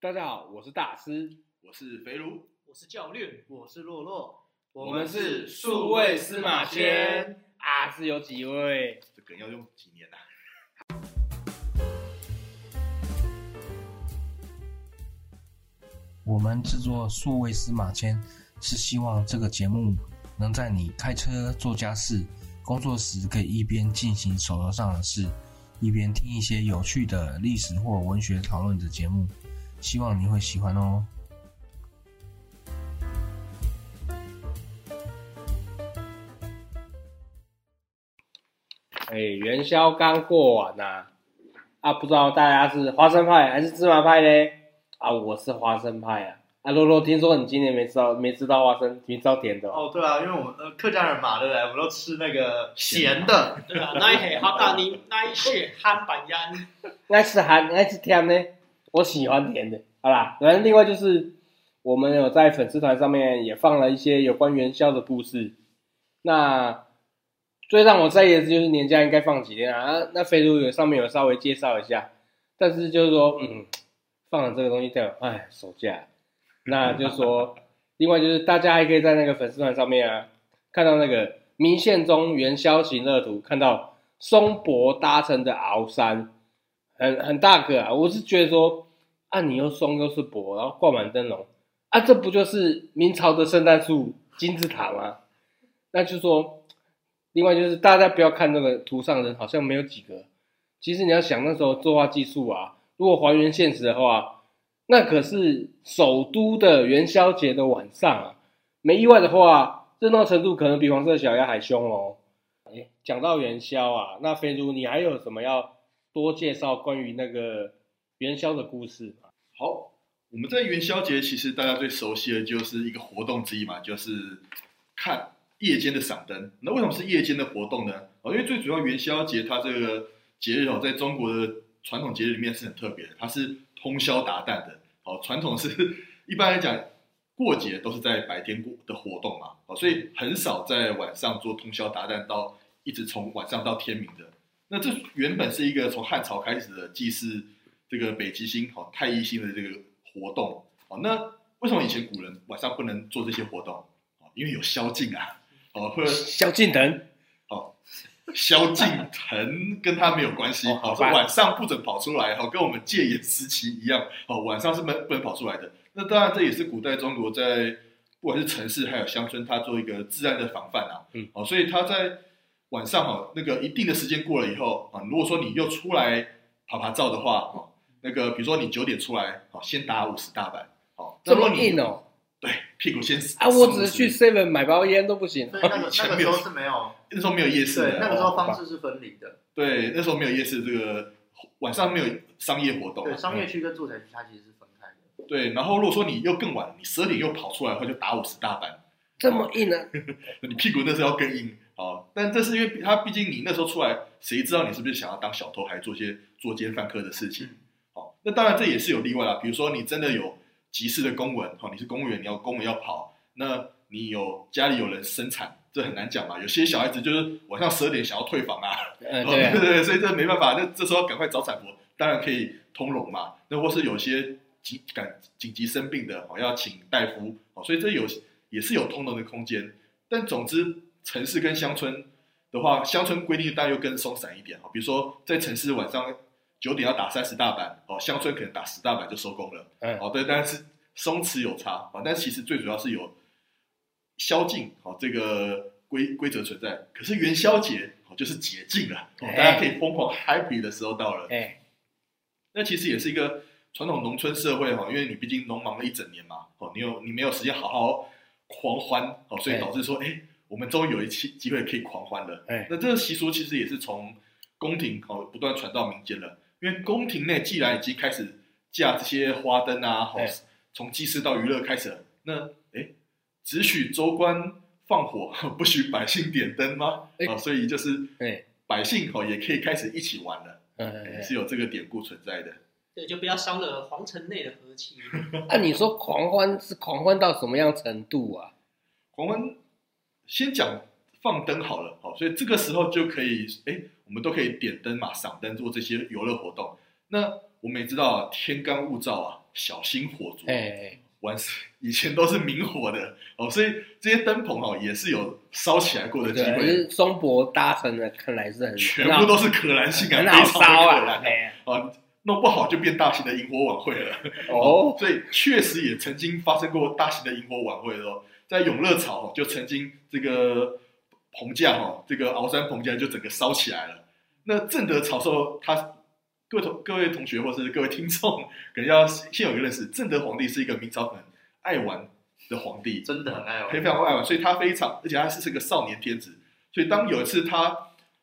大家好，我是大师，我是肥如，我是教练，我是洛洛，我们是数位司马迁啊，是有几位？这梗要用几年啊？我们制作数位司马迁，是希望这个节目能在你开车、做家事、工作时，可以一边进行手头上的事，一边听一些有趣的历史或文学讨论的节目。希望你会喜欢哦。哎，元宵刚过完呐、啊，不知道大家是花生派还是芝麻派嘞？啊，我是花生派啊。啊，洛洛，听说你今年没吃到没吃到花生，没吃到甜的哦。哦，对啊，因为我们呃客家人嘛，对不对？我们都吃那个咸的， 对啊，那一黑哈大尼，那一血憨板鸭，爱吃寒，爱吃甜呢，我喜欢甜的。好啦，然后另外就是我们有在粉丝团上面也放了一些有关元宵的故事。那最让我在意的就是年假应该放几天啊？那那飞猪有上面有稍微介绍一下，但是就是说，嗯，放了这个东西掉，哎，手价。那就是说，另外就是大家还可以在那个粉丝团上面啊，看到那个明宪宗元宵行乐图，看到松柏搭成的鳌山，很很大个啊。我是觉得说，啊，你又松又是柏，然后挂满灯笼，啊，这不就是明朝的圣诞树金字塔吗？那就说，另外就是大家不要看那个图上的人好像没有几个，其实你要想那时候作画技术啊，如果还原现实的话，那可是首都的元宵节的晚上啊，没意外的话，热闹程度可能比黄色小鸭还凶哦。哎，讲到元宵啊，那肥如你还有什么要多介绍关于那个元宵的故事吗？好，我们在元宵节其实大家最熟悉的就是一个活动之一嘛，就是看夜间的赏灯。那为什么是夜间的活动呢？哦，因为最主要元宵节它这个节日哦，在中国的传统节日里面是很特别的，它是通宵达旦的。哦，传统是一般来讲过节都是在白天过的活动嘛，哦，所以很少在晚上做通宵达旦到一直从晚上到天明的。那这原本是一个从汉朝开始的祭祀这个北极星好太一星的这个活动好，那为什么以前古人晚上不能做这些活动？哦，因为有宵禁啊，哦，或者萧敬腾，宵禁藤跟他没有关系，哦好好、吧是晚上不准跑出来，好、跟我们戒严时期一样，哦，晚上是不能不能跑出来的。那当然，这也是古代中国在不管是城市还有乡村，它做一个治安的防范啊，嗯，哦，所以它在晚上哦，那个一定的时间过了以后啊，如果说你又出来爬爬照的话，哦，那个比如说你九点出来，哦，先打五十大板，哦，这那如么果你硬哦。对，屁股先啊，我只是去送50 Seven 买包烟都不行。啊所以那个那个时候是没有，那时候没有夜市的，对，那个时哦候方式是分离的，对，那时候没有夜市，这个晚上没有商业活动对，嘛。商业区跟住宅区它其实是分开的，对，然后如果说你又更晚，你十二点又跑出来的话，就打五十大板，这么硬啊！你屁股那时候要更硬啊。但这是因为他毕竟你那时候出来，谁知道你是不是想要当小偷，还做些作奸犯科的事情？好，那当然这也是有例外啦。比如说你真的有急事的公文，好，你是公务员，你要公文要跑，那你有家里有人生产，这很难讲嘛。有些小孩子就是晚上十二点想要退房啊，嗯，哦对啊对，对，所以这没办法，那这时候赶快找产婆，当然可以通融嘛。那或是有些急赶紧急生病的，哦，要请大夫，哦，所以这有也是有通融的空间。但总之，城市跟乡村的话，乡村规定当然又更松散一点，哦，比如说在城市晚上九点要打三十大板，哦，乡村可能打十大板就收工了，嗯哦，对，但是松弛有差啊，哦但其实最主要是有宵禁哦这个规规则存在。可是元宵节哦就是解禁了，哦哎大家可以疯狂 happy 的时候到了。哎，那其实也是一个传统农村社会哈，因为你毕竟农忙了一整年嘛，哦，你有你没有时间好好狂欢哦，所以对导致说，哎，我们终于有一期机会可以狂欢了。哎那这个习俗其实也是从宫廷哦不断传到民间了，因为宫廷内既然已经开始架这些花灯啊，哦哎，从祭祀到娱乐开始了，那哎，只许州官放火， 不许百姓点灯吗？哎啊，所以就是哎百姓哦也可以开始一起玩了，嗯，是有这个典故存在的。对，就不要伤了皇城内的和气。那啊你说狂欢是狂欢到什么样程度啊？黄昏先讲放灯好了，好，所以这个时候就可以，哎，我们都可以点灯嘛，赏灯做这些游乐活动。那我们也知道啊天干物燥啊，小心火烛，哎，完事以前都是明火的哦，所以这些灯棚哦也是有烧起来过的机对，可会，是松柏搭成的，看来是很全部都是可燃性啊，很非好烧常的可啊，燃哎呀啊，弄不好就变大型的萤火晚会了。哦，所以确实也曾经发生过大型的萤火晚会的哦，在永乐草哦就曾经这个棚架哦，这个鳌山棚架就整个烧起来了。那正德朝寿，他各位同各位同学或是各位听众，可能要先有一个认识，正德皇帝是一个明朝很爱玩的皇帝，真的很爱哦非玩。常爱玩，所以他非常，而且他是是个少年天子。所以当有一次他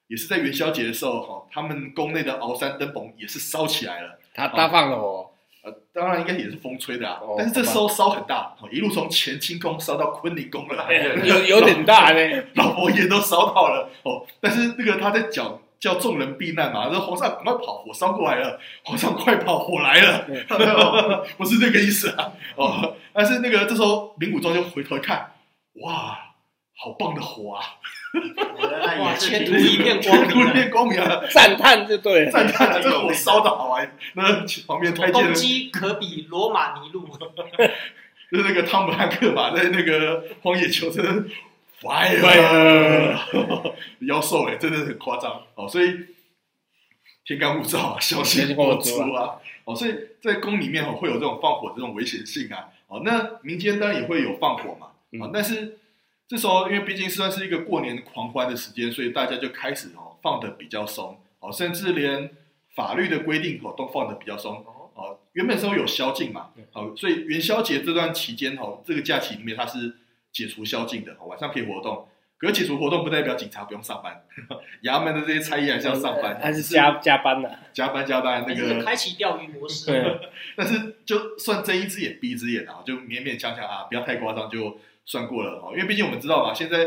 也是在元宵节的时候，哈，他们宫内的鳌山灯棚也是烧起来了。他搭放了哦我，呃，当然应该也是风吹的啊，哦但是这时候烧很大，哦一路从乾清宫烧到坤宁宫了，哎有有点大呢，老佛爷都烧到了哦。但是那个他在讲叫众人避难嘛，说皇上赶快跑，火烧过来了，皇上快跑，火来了， 不是这个意思啊。哦，但是那个这时候明武庄就回头看，哇，好棒的火啊， 哇，前途途一片 光明一啊。片光明 啊，赞叹就对了，赞叹啊，这火烧的好啊。那旁边太监攻人击可比罗马尼路，就是那个汤姆汉克嘛，在那个《荒野求生》，fire，妖 兽哎，真的很夸张哦，所以天干物燥啊，小心火烛啊，哦，所以在宫里面哦会有这种放火的这种危险性啊，哦，那民间当然也会有放火嘛，啊、嗯但是这时候因为毕竟算是一个过年狂欢的时间，所以大家就开始哦放的比较松哦，甚至连法律的规定哦都放的比较松哦，原本时候有宵禁嘛对，好、所以元宵节这段期间哦，这个假期里面它是解除宵禁的，哦晚上可以活动。可是解除活动不代表警察不用上班， 衙门的这些差役还是要上班，还是只加加班啊呐，加班加班那这个个开启钓鱼模对式，，但是就算睁一只眼闭一只眼啊，就勉勉强强啊，不要太夸张，就算过了哦。因为毕竟我们知道嘛，现在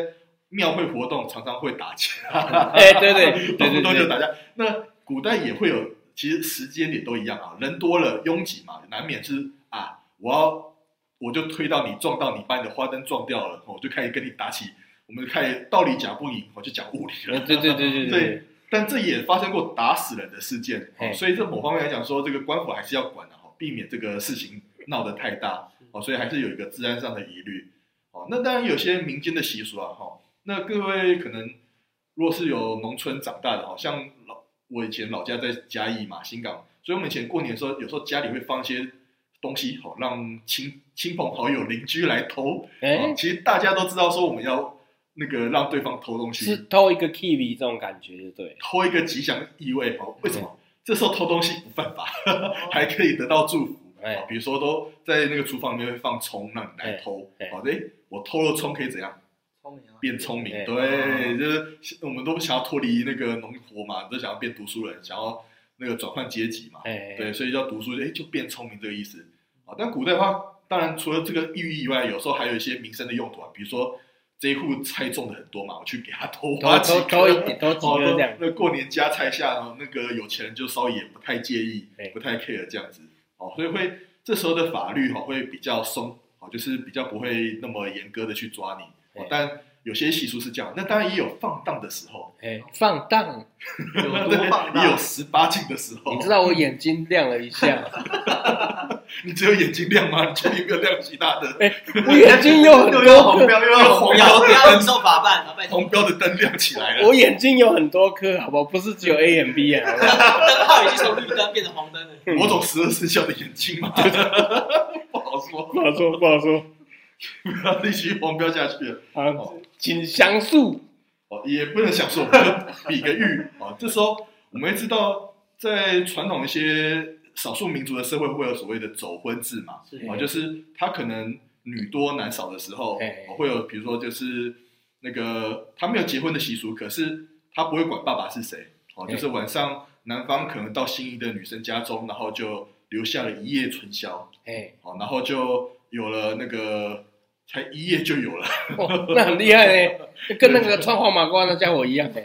庙会活动常常会打架， 哎，对对对动不对动就对，打架。那古代也会有，其实时间点都一样啊，人多了拥挤嘛，难免是啊，我要我就推到你，撞到你，把你的花灯撞掉了，我就开始跟你打起。我们开始道理讲不赢，我就讲物理了。呃对对对对对，但这也发生过打死人的事件，嘿哦所以这某方面来讲说，这个官府还是要管的、哦，避免这个事情闹得太大嗯哦，所以还是有一个治安上的疑虑哦。那当然有些民间的习俗啊，哈、那各位可能如果是有农村长大的，哦，像老我以前老家在嘉义嘛，新港，所以我们以前过年的时候，有时候家里会放一些东西，哦，让亲亲朋好友、邻居来偷、哦哎，，其实大家都知道说我们要那个让对方偷东西，是偷一个 kiwi 这种感觉就对，偷一个吉祥意味哦。为哎什么？这时候偷东西不犯法， 还可以得到祝福。哎哦比如说都在那个厨房里面会放葱，让你来偷。哎哎好的，诶我偷了葱可以怎样？哦变聪明哎。对，就是我们都不想要脱离那个农活嘛，都想要变读书人，想要那个转换阶级嘛。哎，对，所以叫读书，哎，就变聪明这个意思啊。但古代的话，当然除了这个寓意以外，有时候还有一些民生的用途啊，比如说这一户菜种的很多嘛，我去给他偷偷挖几偷偷颗 一点，偷几哦，个那这样，那过年加菜下，然后那个有钱人就稍微也不太介意对，不太 care 这样子哦，所以会这时候的法律哈、哦、会比较松哦，就是比较不会那么严格的去抓你、对。哦但有些习俗是这样，那当然也有放荡的时 候，哎，放荡，有多放也有 大？十八禁的时候。你知道我眼睛亮了一下，你只有眼睛亮吗？你确定没有亮其他的？我眼睛有很 又要多红颗，标，又要要红红不标，要不要受法办啊！拜托，红标的灯亮起来了。我眼睛有很多颗，好不好？不是只有 A 眼 B 啊，好不好灯号已经从绿灯变成黄灯了。某种十二生肖的眼睛嘛， 不好说， 不好说，不好说不要继续黄标下去了。啊，请详述。哦，也不能想说，我们就比个喻哦。这时候我们会知道，在传统一些少数民族的社会会有所谓的走婚制嘛，嗯哦，就是他可能女多男少的时候，哎哦会有比如说就是那个他没有结婚的习俗，可是他不会管爸爸是谁，哦，哎就是晚上男方可能到心仪的女生家中，然后就留下了一夜春宵，哎，哦，然后就有了那个才一夜就有了。哦，那很厉害呢，跟那个穿黄马褂那家伙一样哎。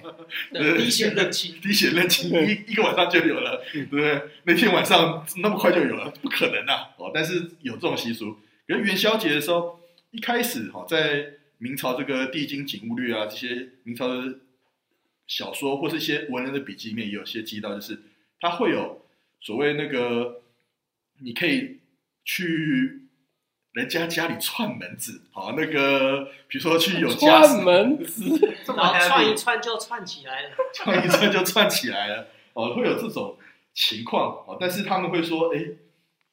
对，滴血认亲，滴血认亲一一个晚上就有了，嗯对不对？那天晚上那么快就有了，不可能啊！哦，但是有这种习俗。可是元宵节的时候，一开始哈、哦，在明朝这个《地经景物略》啊，这些明朝的小说或是一些文人的笔记里面，也有些记到，就是它会有所谓那个，你可以去人家家里串门子，好，那个比如说去有家串门子，这么然后串 happy 一串就串起来了。 串一串就串起来了，哦，会有这种情况哦，但是他们会说，哎，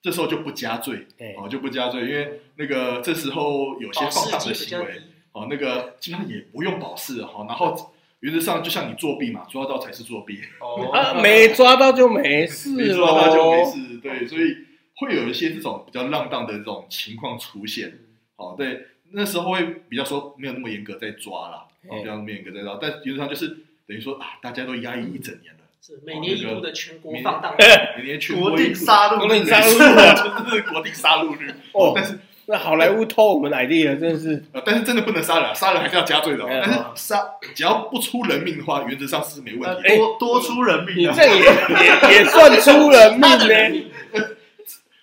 这时候就不加罪，哎哦，就不加罪，因为那个这时候有些保放释荡金的比较行为，低，哦，那个基本上也不用保释哈、哦，然后原则上就像你作弊嘛，抓到才是作弊，哦啊，没抓到就没没事抓到就没喽。事，对，所以会有一些这种比较浪荡的这种情况出现，哦，对，那时候会比较说没有那么严格在抓啦，哦，哎比较没有严格在抓，但原则上就是等于说啊，大家都压抑一整年了，是每年一度的全国放荡。 每年全国定定杀戮，国定杀戮戮 就是国定杀戮日哦哦，但是那好莱坞偷我们 idea 真的是呃但是真的不能杀人啊，杀人还是要加罪的哦，哎呀但是杀只要不出人命的话，原则上是没问题的。呃多多出人你命啊！这也 也也算出人命呢。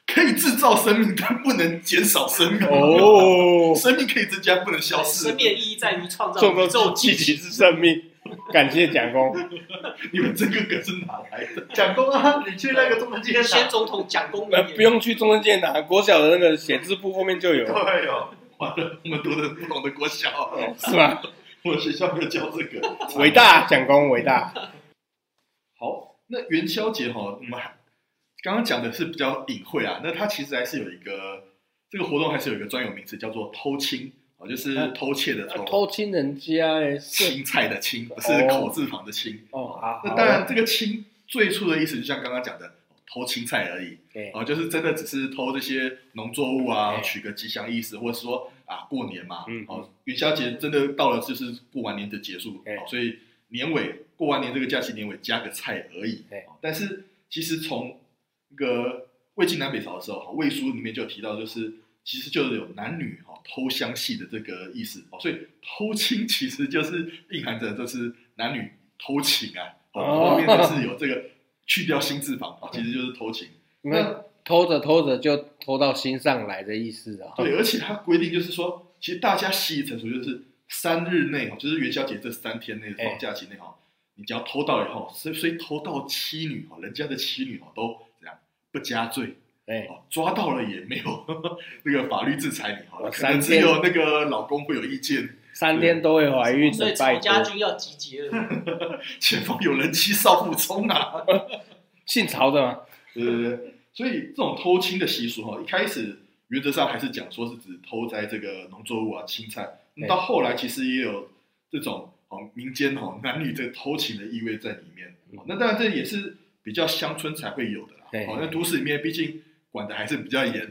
可以制造生命，但不能减少生命。，哦， 生命可以增加，不能 消生失。命的意义在于创造众多宇宙积极是生命，感谢蒋公。你们这个梗是哪来的？蒋公啊，你去那个中正纪念堂先总统蒋公呃明，不用去中正纪念堂，国小的那个写字部后面就有，都会有。完了，我们读的不懂的国小，是吗？我们学校没有教这个。伟大，啊蒋公伟大。好，那元宵节哈，我们还刚刚讲的是比较隐晦啊，那它其实还是有一个这个活动，还是有一个专有名词叫做偷青啊，就是偷窃的啊偷，偷亲人家哎，是青菜的青，不是哦口字旁的青。哦，好，那好当然，这个青最初的意思就像刚刚讲的偷青菜而已。哎哦，就是真的只是偷这些农作物啊，哎取个吉祥意思，或者说啊过年嘛嗯，哦元宵节真的到了就是过完年的结束，哎哦所以年尾过完年这个假期年尾加个菜而已哎。哦但是其实从那个魏晋南北朝的时候，哦魏书里面就有提到，就是其实就是有男女哦偷香系的这个意思哦，所以偷亲其实就是蕴含着就是男女偷情啊，哦哦后面就是有这个去掉心字旁，哦其实就是偷情。你们偷着偷着就偷到心上来的意思啊。对，而且它规定就是说，其实大家习以成熟，就是三日内，哦就是元宵节这三天内哎放假期内哈，你只要偷盗以后，所以所以偷盗妻女哈，人家的妻女哈都怎样不加罪哎，哦，抓到了也没有 那个法律制裁你哈，哦可能三只天有那个老公会有意见，三天都会怀孕所以的，曹拜托家。军要集结了，前方有人妻少妇冲啊，姓曹的吗？对对对，所以这种偷亲的习俗哈，一开始原则上还是讲说是指偷摘这个农作物啊、青菜，那到后来其实也有这种哦民间哦男女这个偷情的意味在里面。哦那当然这也是比较乡村才会有的嗯对啦。哦，那都市里面毕竟管的还 是比较严，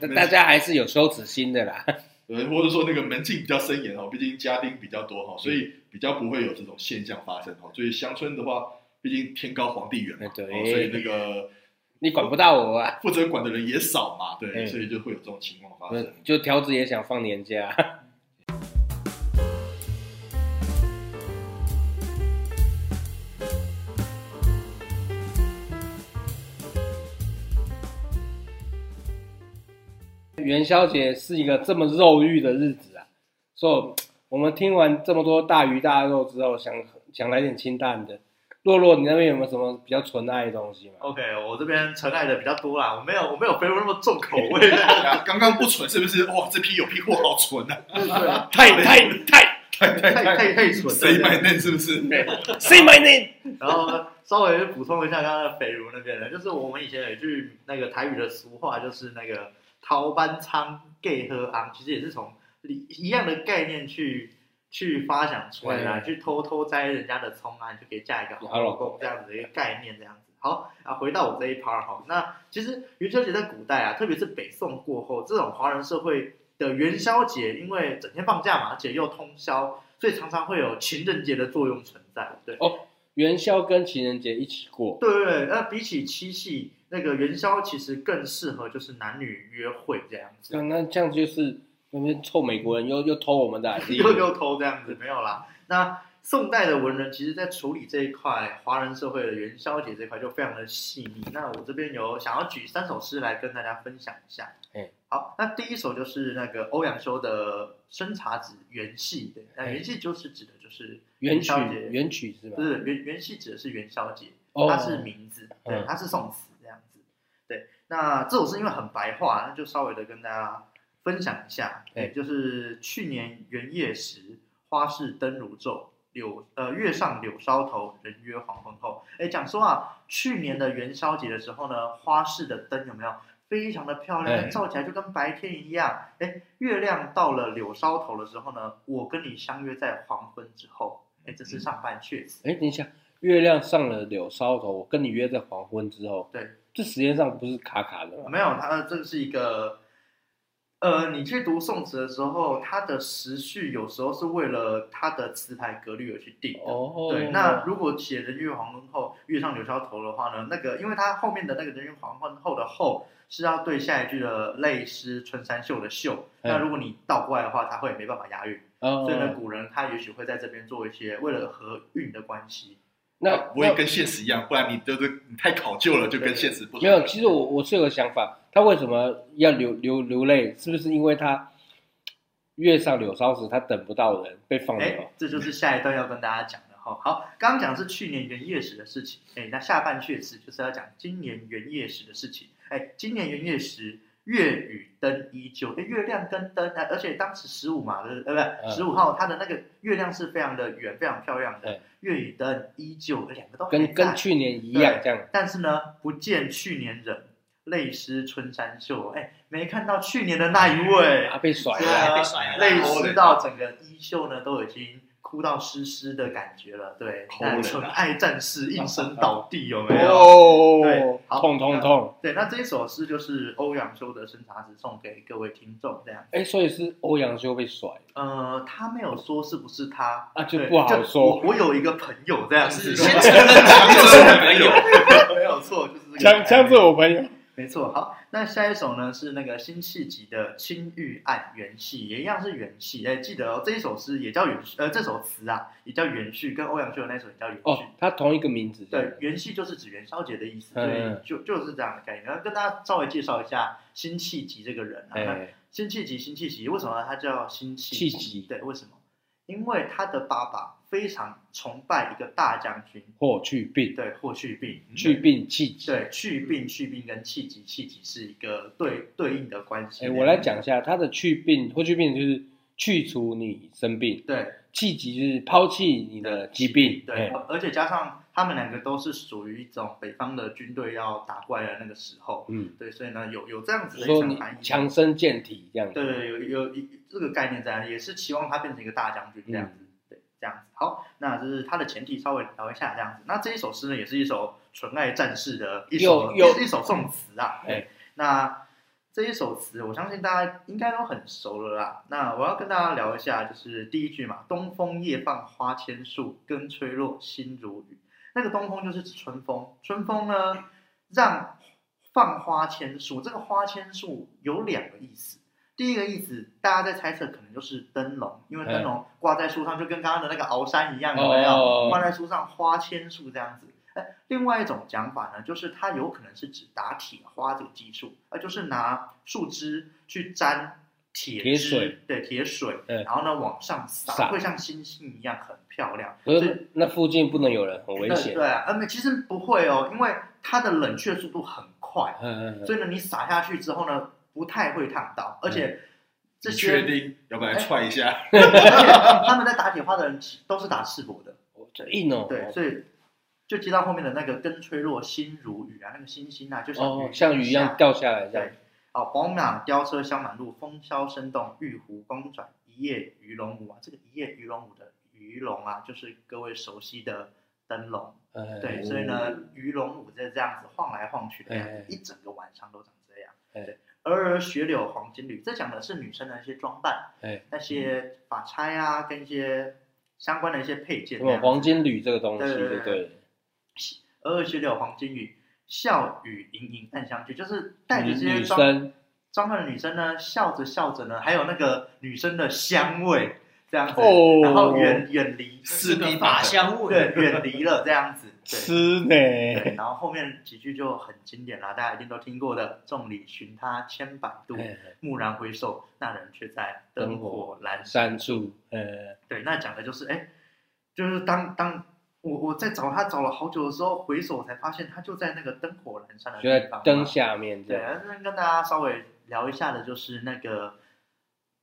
那大家还是有羞耻心的啦。呃，或者说那个门禁比较森严哦，毕竟家丁比较多哈，所嗯以比较不会有这种现象发生哦。所以乡村的话，毕竟天高皇帝远嘛，哎对哦所以那个。你管不到我啊，负责管的人也少嘛，哎对，嗯所以就会有这种情况发不是生。就条子也想放年假。 元宵节是一个这么肉欲的日子啊，所以我们听完这么多大鱼大肉之后，想想来点清淡的。洛洛，你那边有没有什么比较纯爱的东西吗？ OK，我这边纯爱的比较多啦，我没有我没有飞入那么重口 味的。对啊刚刚不纯是不是？哇，这批有批货好纯 啊！太太太太太太太，太太蠢了。谁买嫩是不是？ ，Say my name。然后稍微补充一下刚刚的北如那边的，就是我们以前有一句那个台语的俗话，就是那个“桃班仓 gay 喝昂”，其实也是从一一样的概念去去发想出来的、啊，去偷偷摘人家的葱啊，你就可以嫁一个好老公这样子的一个概念，这样子。好啊，回到我这一 part 哈，那其实元宵节在古代啊，特别是北宋过后，这种华人社会的元宵节，因为整天放假嘛，而且又通宵，所以常常会有情人节的作用存在，对。元宵跟情人节一起过，对对对，那比起七夕，那个元宵其实更适合就是男女约会这样那子，那这样就是那边臭美国人又又偷我们的 idea， 又又偷这样子没有啦。那宋代的文人其实在处理这一块华人社会的元宵节这一块就非常的细腻。那我这边有想要举三首诗来跟大家分享一下。嗯好，那第一首就是那个欧阳修的《生查子·元夕》的，那元夕就是指的就是元曲宵节，元曲是吧不？是元元夕指的是元宵节。哦它是名字，对嗯，它是宋词这样子。对，那这首诗因为很白话，那就稍微的跟大家分享一下，哎也就是去年元夜时，花市灯如昼，柳呃月上柳梢头，人约黄昏后。哎，讲说啊，去年的元宵节的时候呢，花市的灯有没有非常的漂哎亮，照起来就跟白天一样。哎，月亮到了柳梢头的时候呢，我跟你相约在黄昏之后。哎，这是上半阙词。哎，等一下，月亮上了柳梢头，我跟你约在黄昏之后。对，这时间上不是卡卡的吗？没有，它这是一个，呃，你去读宋词的时候，它的时序有时候是为了它的词牌格律而去定的。哦，对，那如果写人月黄昏后，月上柳梢头的话呢，那个因为它后面的那个人月黄昏后的后是要对下一句的类诗春山秀的秀，嗯那如果你倒过来的话，它会没办法押韵，哦所以呢，古人他也许会在这边做一些为了合韵的关系，那不会跟现实一样，不然你都是你太考究了，就跟现实不没有，其实我我是有个想法，他为什么要流流流泪？是不是因为他月上柳梢时，他等不到人，被放哎流？，这就是下一段要跟大家讲的哈。好，刚刚讲的是去年元夜时的事情，哎，那下半阙词就是要讲今年元夜时的事情。哎，今年元夜时，月与灯依旧，哎，月亮跟灯，哎，而且当时十五嘛，对不对？呃不嗯是，十五号，它的那个月亮是非常的圆，非常漂亮对的。月与灯依旧，哎两个都还跟在跟去年一样对这样。但是呢，不见去年人，泪湿春衫袖。哎，没看到去年的那一位。啊，被甩对了。啊被甩了泪湿到整个衣袖呢都已经哭到湿湿的感觉了。对，抠人啊那纯爱战士应声倒地，有没有？哦对，好痛痛痛！对，那这一首诗就是欧阳修的《生查子》，送给各位听众这样。哎，所以是欧阳修被甩呃，他没有说是不是他，啊，就对不好我说。我有一个朋友这样是子，先承认他就是我朋友， 没有错，就是这个江江是概念我朋友，没错，好，那下一首呢是那个辛弃疾的《青玉案元夕》，也一样是元夕。哎，记得哦，这一首诗也叫元，呃，这首词啊也叫元序，跟欧阳修的那首也叫元序。哦，他同一个名字。对，，元夕就是指元宵节的意思，所嗯以就就是这样的概念。然后跟大家稍微介绍一下辛弃疾这个人啊，那哎，辛弃疾，辛弃疾为什么他叫辛弃弃疾对，为什么？因为他的爸爸非常崇拜一个大将军，霍去病，对，霍去病。去病弃疾。对，去病去病跟气急气急是一个对对应的关系。哎，我来，讲一下他的去病，霍去病就是去除你生病，对弃疾就是抛弃你的疾病。对哎，而且加上他们两个都是属于一种北方的军队要打过来的那个时候，嗯，对，所以呢有有这样子的一说层你含义。强身健体这样。对，对，有有一这个概念在，也是期望他变成一个大将军嗯这样子，对，这样子。好，那这是他的前提，稍微聊一下这样子。那这一首诗呢，也是一首纯爱战士的一首又又一首宋词啊。哎对，那这一首词，我相信大家应该都很熟了啦。那我要跟大家聊一下，就是第一句嘛，“东风夜放花千树，更吹落，心如雨”。那个东风就是指春风，春风呢让放花千树。这个花千树有两个意思，第一个意思大家在猜测可能就是灯笼，因为灯笼挂在树上就跟刚刚的那个鳌山一样，有没哎哦有？挂在树上花千树这样子。哎，另外一种讲法呢，就是它有可能是指打铁花这个技术，呃，就是拿树枝去沾铁铁汁水，对铁水，嗯然后呢往上撒撒，会像星星一样很漂亮。可是那附近不能有人，很危对险。对啊，呃，没其实不会哦，因为它的冷却速度很快，嗯嗯嗯所以呢，你撒下去之后呢，不太会烫到，而嗯且这你些确 定？要不然踹一下，他们在打铁花的人都是打赤膊的，哦这硬哦。对，所以就接到后面的那个“根吹落，心如雨”啊，那个星星啊，就像哦雨，像雨一样掉下来这样对。，好，宝马雕车香满路，风萧声动，玉壶光转，一夜鱼龙舞啊。这个一夜鱼龙舞的鱼龙啊，就是各位熟悉的灯笼。嗯对，嗯所以呢，鱼龙舞在这样子晃来晃去的样哎子，一整个晚上都长这样。哎对，儿儿雪柳黄金缕，这讲的是女生的一些装扮，哎，那些发钗啊，跟一些相关的一些配件什这样么子。黄金缕这个东西，对对对对对儿儿雪柳黄金缕，笑语盈盈暗香去，就是带着女这些女装生装扮的女生呢，笑着笑着呢，还有那个女生的香味这样子，哦然后远远离， 四个 D 法版本香味，对，远离了这样子， 对。吃对呢，然后后面几句就很经典啦，大家一定都听过的“众里寻他千百度， 哎蓦然回首，那人却在灯火阑珊山树，呃，对，那讲的就是，哎，就是当当我我在找他找了好久的时候，回首才发现他就在那个灯火阑珊的就地在方嘛。灯下面这对，啊样。那跟大家稍微聊一下的，就是那个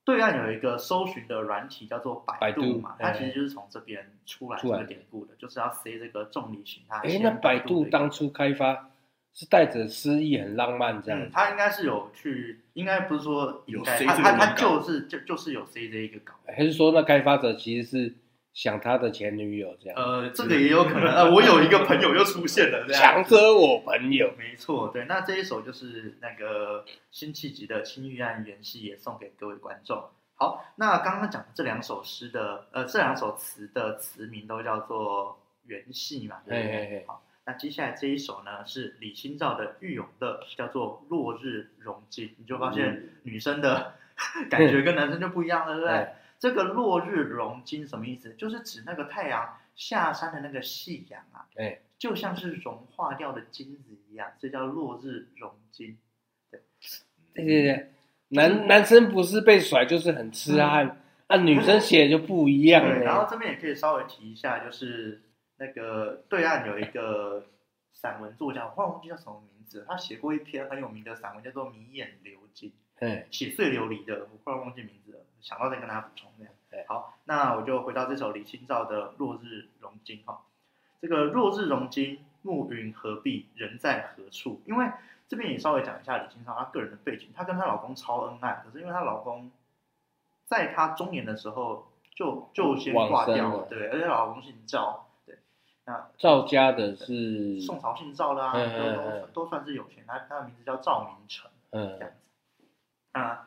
对岸有一个搜寻的软体叫做百百度嘛，它其哎实就是从这边出来这出来个典故的，就是要塞这个重力型。它哎、先那百度度的一个当初开发是带着诗意，很浪漫这样嗯，。他应该是有去，应该不是说应该，有塞他这个他他文稿就是就就是有 C 这一个稿，还是说那开发者其实是想他的前女友这样，呃，这个也有可能，呃，我有一个朋友又出现了，这 样强遮我朋友？没错，对，那这一首就是那个辛弃疾的《青玉案元夕》，也送给各位观众。好，那刚刚讲的这两首诗的，呃，这两首词的词名都叫做元夕嘛，对不对？嘿嘿嘿好，那接下来这一首呢是李清照的《玉咏乐》，叫做《落日融金》，你就发现女生 的感觉跟男生就不一样了，对不嗯对嗯？这个落日融金什么意思？就是指那个太阳下山的那个夕阳啊，哎就像是融化掉的金子一样，这叫落日融金。对对对，男男生不是被甩就是很痴汉，那、女生写就不一样嗯对，然后了。这边也可以稍微提一下，就是那个对岸有一个散文作家，我忘记叫什么名字，他写过一篇很有名的散文，叫做《迷眼流金》。嗯，血碎琉璃的，我忽然忘记名字了，想到再跟大家补充这样对。好，那我就回到这首李清照的《落日融金》哈。这个“落日融金，暮云何必人在何处”，因为这边也稍微讲一下李清照她个人的背景，她跟她老公超恩爱，可是因为她老公在她中年的时候就就先往挂生掉了对，而且她老公姓赵，对，那赵家的是，宋朝姓赵啦，嗯嗯都嗯都都算是有钱，他他的名字叫赵明诚。嗯这样子。那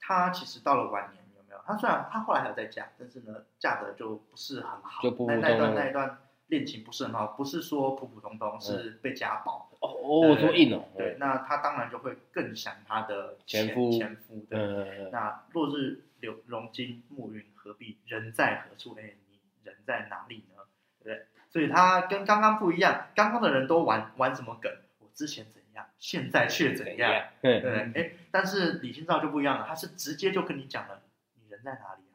她其实到了晚年，有没有？她虽然她后来还有再嫁，但是呢，嫁的就不是很好，就普普那通通嗯那一段那一段恋情不是很好，不是说普普通通，是被家暴。哦哦，这么硬哦。对，那她当然就会更想她的前前夫前夫对。嗯，嗯嗯嗯，那落日流融金，暮云何必？人在何处？哎，你人在哪里呢？对不对？所以他跟刚刚不一样，刚刚的人都玩玩什么梗？我之前怎样，现在却怎样？？嗯，对，哎，但是李清照就不一样了，他是直接就跟你讲了，你人在哪里啊？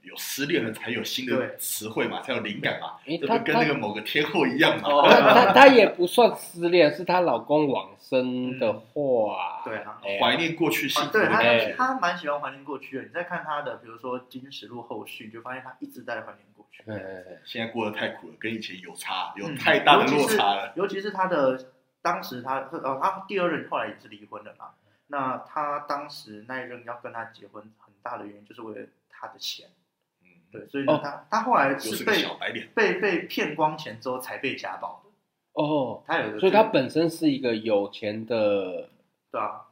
有失恋了才有新对的词汇嘛，才有灵感嘛，诶这他不跟那他个某个天后一样嘛。哎哦她她她也不算失恋，是她老公往生的话，嗯对 啊哎呀怀念过去幸啊福对的他感哎觉，他蛮喜欢怀念过去的。你再看他的，比如说《金石录》后续，你就发现他一直在怀念过去。嗯嗯嗯现在过得太苦了，跟以前有差，有嗯太大的落差了。尤其是他的当时他呃他第二任后来也是离婚了嘛，那他当时那一任要跟他结婚，很大的原因就是为了他的钱。嗯，对，所以呢，哦他他后来又是是个被小白脸，被被骗光钱之后才被家暴的。哦，他有一个所以她这个本身是一个有钱的对啊，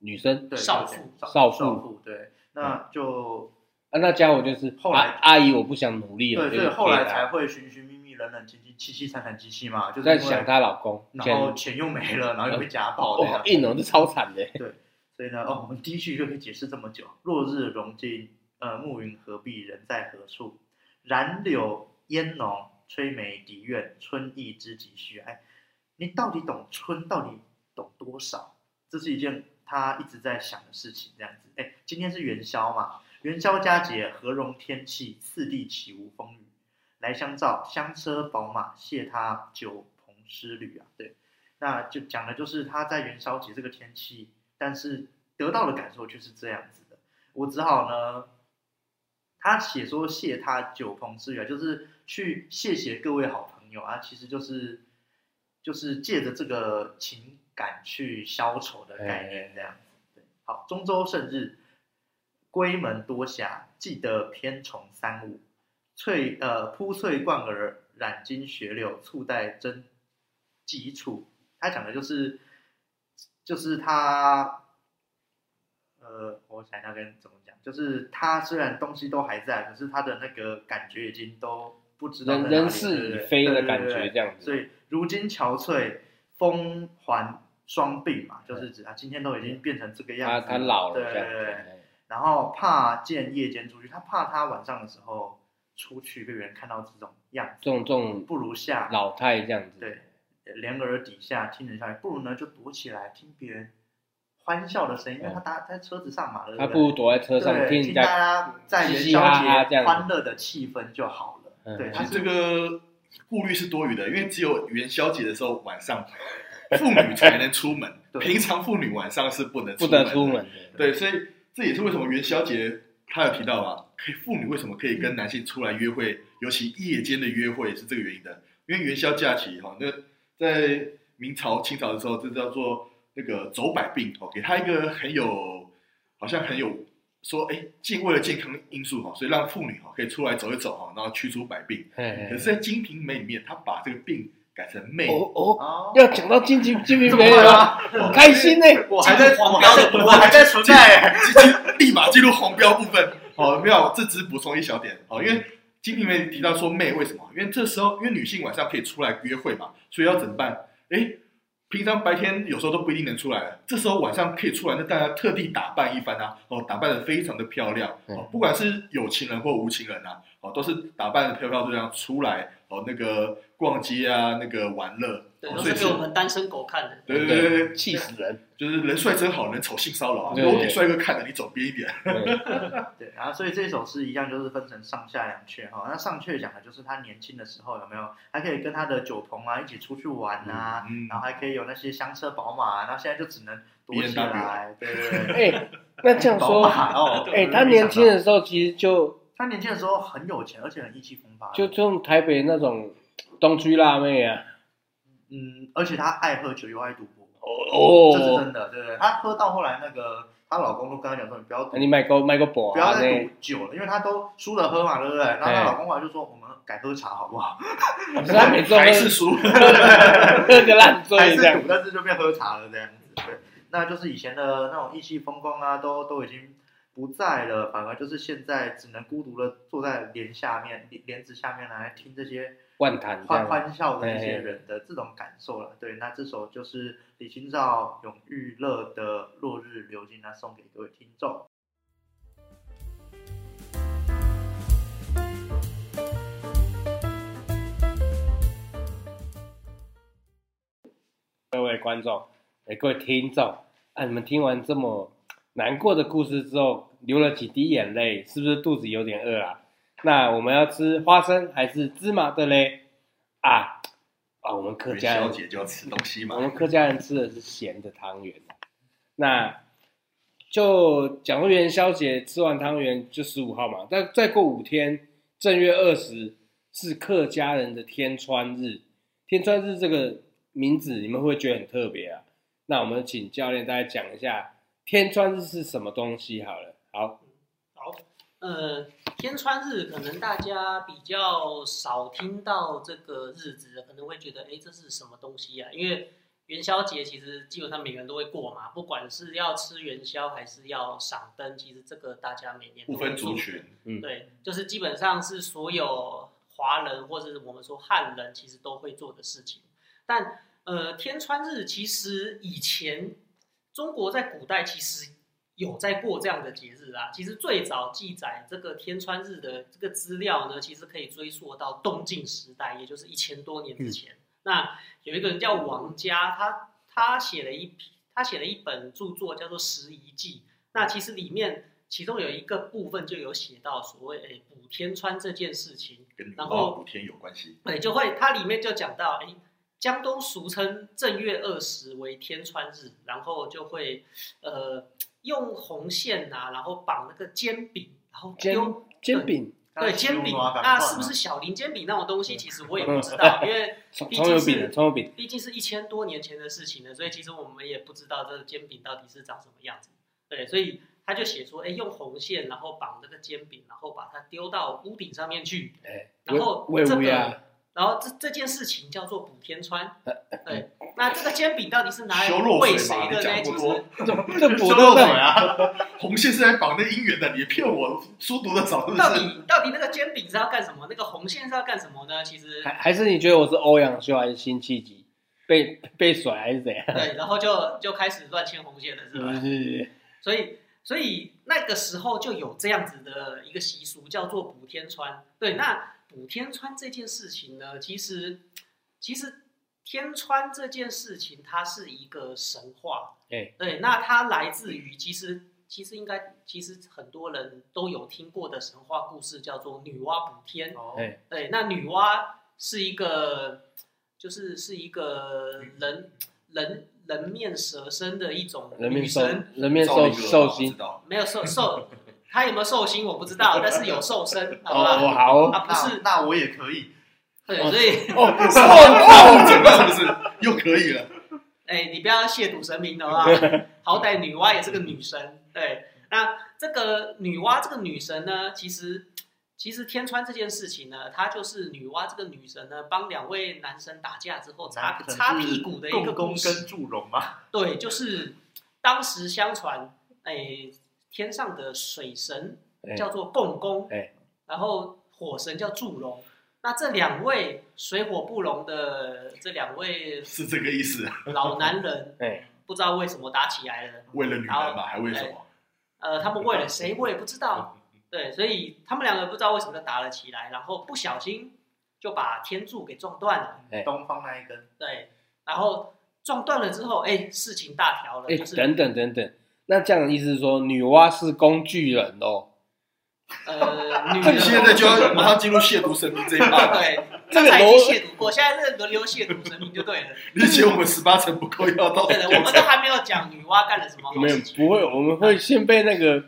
女生，对少对妇少少妇嗯妇对，那就啊，那家伙就是后来啊阿姨，我不想努力了，对，所就以是后来撇才她会寻寻觅觅、冷冷清清、凄凄惨惨戚戚嘛，就是在因为想她老公，然现在后钱又没了，然后又被家暴哦这样好。硬哦，这超惨的，所以呢，哦，我们第一句就可以解释这么久：落日融金，呃，暮云何必人在何处？染柳烟浓，吹梅笛怨，春意知几许？哎，你到底懂春到底懂多少？这是一件他一直在想的事情，这样子。哎，今天是元宵嘛，元宵佳节，和融天气，次第起无风雨。来相照，香车宝马，谢他酒朋诗侣啊，对。那就讲的就是他在元宵节这个天气，但是得到的感受却是这样子的。我只好呢，他写说谢他酒朋之缘，啊就是去谢谢各位好朋友啊，其实就是就是借着这个情感去消愁的概念这样子。对，好，中州胜日，闺门多狭，记得偏重三五。翠呃铺翠冠儿，染金雪柳，簇带真基础。他讲的就是就是他呃，我想要跟怎么讲，就是他虽然东西都还在，可是他的那个感觉已经都不知道人在哪里人了事对已对非的对对感对对觉，这样所子，以如今憔悴，风环双鬓嘛，就是指啊，今天都已经变成这个样她子，她老对了这对对样。子，然后怕见夜间出去，他怕他晚上的时候出去被别人看到这种样子，这种这种不如下老太这样子，对帘耳底下听人笑语，不如呢就躲起来听别人欢笑的声音，因为他搭在车子上嘛，对她对不如躲在车上对听听人大家，家在元嘻嘻哈哈宵这节样子欢乐的气氛就好了。嗯对，嗯他其是实这个顾虑是多余的，因为只有元宵节的时候晚上，妇女才能出门， 对平常妇女晚上是不能不门得的出门的。对，所以这也是为什么元宵节他有提到啊，可以妇女为什么可以跟男性出来约会，尤其夜间的约会是这个原因的。因为元宵假期哈、那在明朝、清朝的时候，这叫做那个走百病哦，给他一个很有，好像很有说，哎，健为了健康因素哈、所以让妇女哈、可以出来走一走哈、然后驱除百病。嘿可嘿是，在《金瓶梅》里面，他把这个病改成媚，哦哦， 哦，要讲到金金金瓶梅怎么办了，啊很开心呢。我还在，我黄还标在，的部分我还在存在。立马进入黄标部分。哦，没有，这只是补充一小点哦，因为《金瓶梅》提到说妹为什么？因为这时候因为女性晚上可以出来约会嘛，所以要怎么办？诶，平常白天有时候都不一定能出来，这时候晚上可以出来，那大家特地打扮一番啊，哦，打扮的非常的漂亮嗯哦，不管是有情人或无情人啊，哦，都是打扮的漂漂亮亮出来哦，那个逛街啊，那个玩乐，对，哦都所是以给是我们单身狗看的。对对对对，气死人！就是人帅真好，人丑性骚扰啊，对如果给帅哥看了，你走边一点。对，然后所以这首诗一样就是分成上下两阙哈。那上阙讲的就是他年轻的时候有没有，还可以跟他的酒朋啊一起出去玩啊，嗯嗯然后还可以有那些香车宝马、啊，然后现在就只能躲起 BMW 来，对 对对。哎，那这样宝说，马哦，哎，他年轻，的时候其实就他年轻的时候很有钱，而且很意气风发，就就用台北那种东区辣妹啊，嗯，而且他爱喝酒又爱赌博，哦这是真的，对不对？她喝到后来，那个她老公都跟她讲说，你不要赌，啊你买个买个博不要啊再赌呢？酒了，因为她都输了喝嘛，对不对？然后她老公后啊来就说，我们改喝茶好不好？可是他每次都还是喝输。喝个烂还醉是这样赌，，但是就变喝茶了这样子。对，那就是以前的那种意气风光啊，都都已经不在了，反而就是现在只能孤独的坐在帘下面、帘帘子下面来听这些万谈这欢样。欢笑的一些人的这种感受了。对，那这首就是李清照《永遇乐》的《落日流金》，那送给各位听众。各位观众，哎，各位听众，啊，你们听完这么难过的故事之后，流了几滴眼泪，是不是肚子有点饿啊？那我们要吃花生还是芝麻的嘞？啊啊，我们客元家宵人节就要吃东西嘛我。们客家人吃的是咸的汤圆啊那就讲到元宵节吃完汤圆就十五号嘛，但再过五天，正月二十是客家人的天穿日。天穿日这个名字你们会不会觉得很特别啊？那我们请教练大家讲一下天穿日是什么东西好了。好，好，呃，天穿日可能大家比较少听到这个日子，可能会觉得，哎，这是什么东西啊？因为元宵节其实基本上每个人都会过嘛，不管是要吃元宵还是要赏灯，其实这个大家每年都不会分做族。群，对，就是基本上是所有华人或者是我们说汉人其实都会做的事情。但呃，天穿日其实以前中国在古代其实有在过这样的节日啊。其实最早记载这个天穿日的这个资料呢，其实可以追溯到东晋时代，也就是一千多年之前。那有一个人叫王家，他他写了一他写了一本著作叫做《拾遗记》。那其实里面其中有一个部分就有写到所谓诶补天穿这件事情，跟女然娲后补天有关系。对，就会它里面就讲到，诶，江东俗称正月二十为天穿日，然后就会呃用红线呐、然后绑那个煎饼，然后煎丢煎饼、对煎饼，啊那是不是小林煎饼那种东西？其实我也不知道，因为葱毕葱竟油是饼、葱油饼，毕竟是一千多年前的事情了，所以其实我们也不知道这个煎饼到底是长什么样子。对，所以他就写说，哎，用红线，然后绑这个煎饼，然后把它丢到屋顶上面去，哎，然后喂这喂个乌 鸦，然后这这件事情叫做补天穿。对，哎那这个煎饼到底是拿来羞辱喂谁嘛谁的你讲呢？不其多这实这补修的漏水啊？红线是来绑那姻缘的，你骗我，书读的少是不到是？底到底那个煎饼是要干什么？那个红线是要干什么呢？其实还还是你觉得我是欧阳修还是辛弃疾？被被甩还是怎样？对，然后就就开始乱牵红线了，是吧？是所以所以那个时候就有这样子的一个习俗，叫做补天穿。对，那补天穿这件事情呢，其实其实天穿这件事情，它是一个神话。哎对，那它来自于其实。其实应该，其实很多人都有听过的神话故事叫做女娲补天。哦哎对，那女娲是一个，就是是一个嗯人人人面蛇身的一种人女面兽神，人面赵兽立哥兽我知心。道没 有兽兽，她有没有寿星我不知道，但是有 瘦身，好哦，吧？好哦，啊，不是，那那我也可以，对，所以哦， 哦，哦，整个是不是又可以了？哎，你不要亵渎神明的啊！ 好歹女娲也是个女神，对。那这个女娲这个女神呢，其实其实天穿这件事情呢，她就是女娲这个女神呢，帮两位男神打架之后擦那可能擦是屁股的一共个工故事。跟祝融嘛，对，就是当时相传，哎，天上的水神哎叫做共工，哎然后火神叫祝融。那这两位水火不容的这两位是这个意思？啊老男人， 哎不知道为什么打起来了。为了女人吧，还为什么？呃，他们为了谁我也不知道，嗯对，所以他们两个不知道为什么就打了起来，然后不小心就把天柱给撞断了，哎东方那一根，对，然后撞断了之后，哎，事情大条了，哎，就是等等等等，那这样的意思是说，女娲是工具人哦。 呃，女这个人啊现在就要马上进入亵渎神明这一趴了。哦 对，这刚个才已楼经亵渎过，现在是轮流亵渎神明就对 了，你嫌我们十八层不够，要到对的，我们都还没有讲女娲干了什么好没有事情，不会，我们会先被那个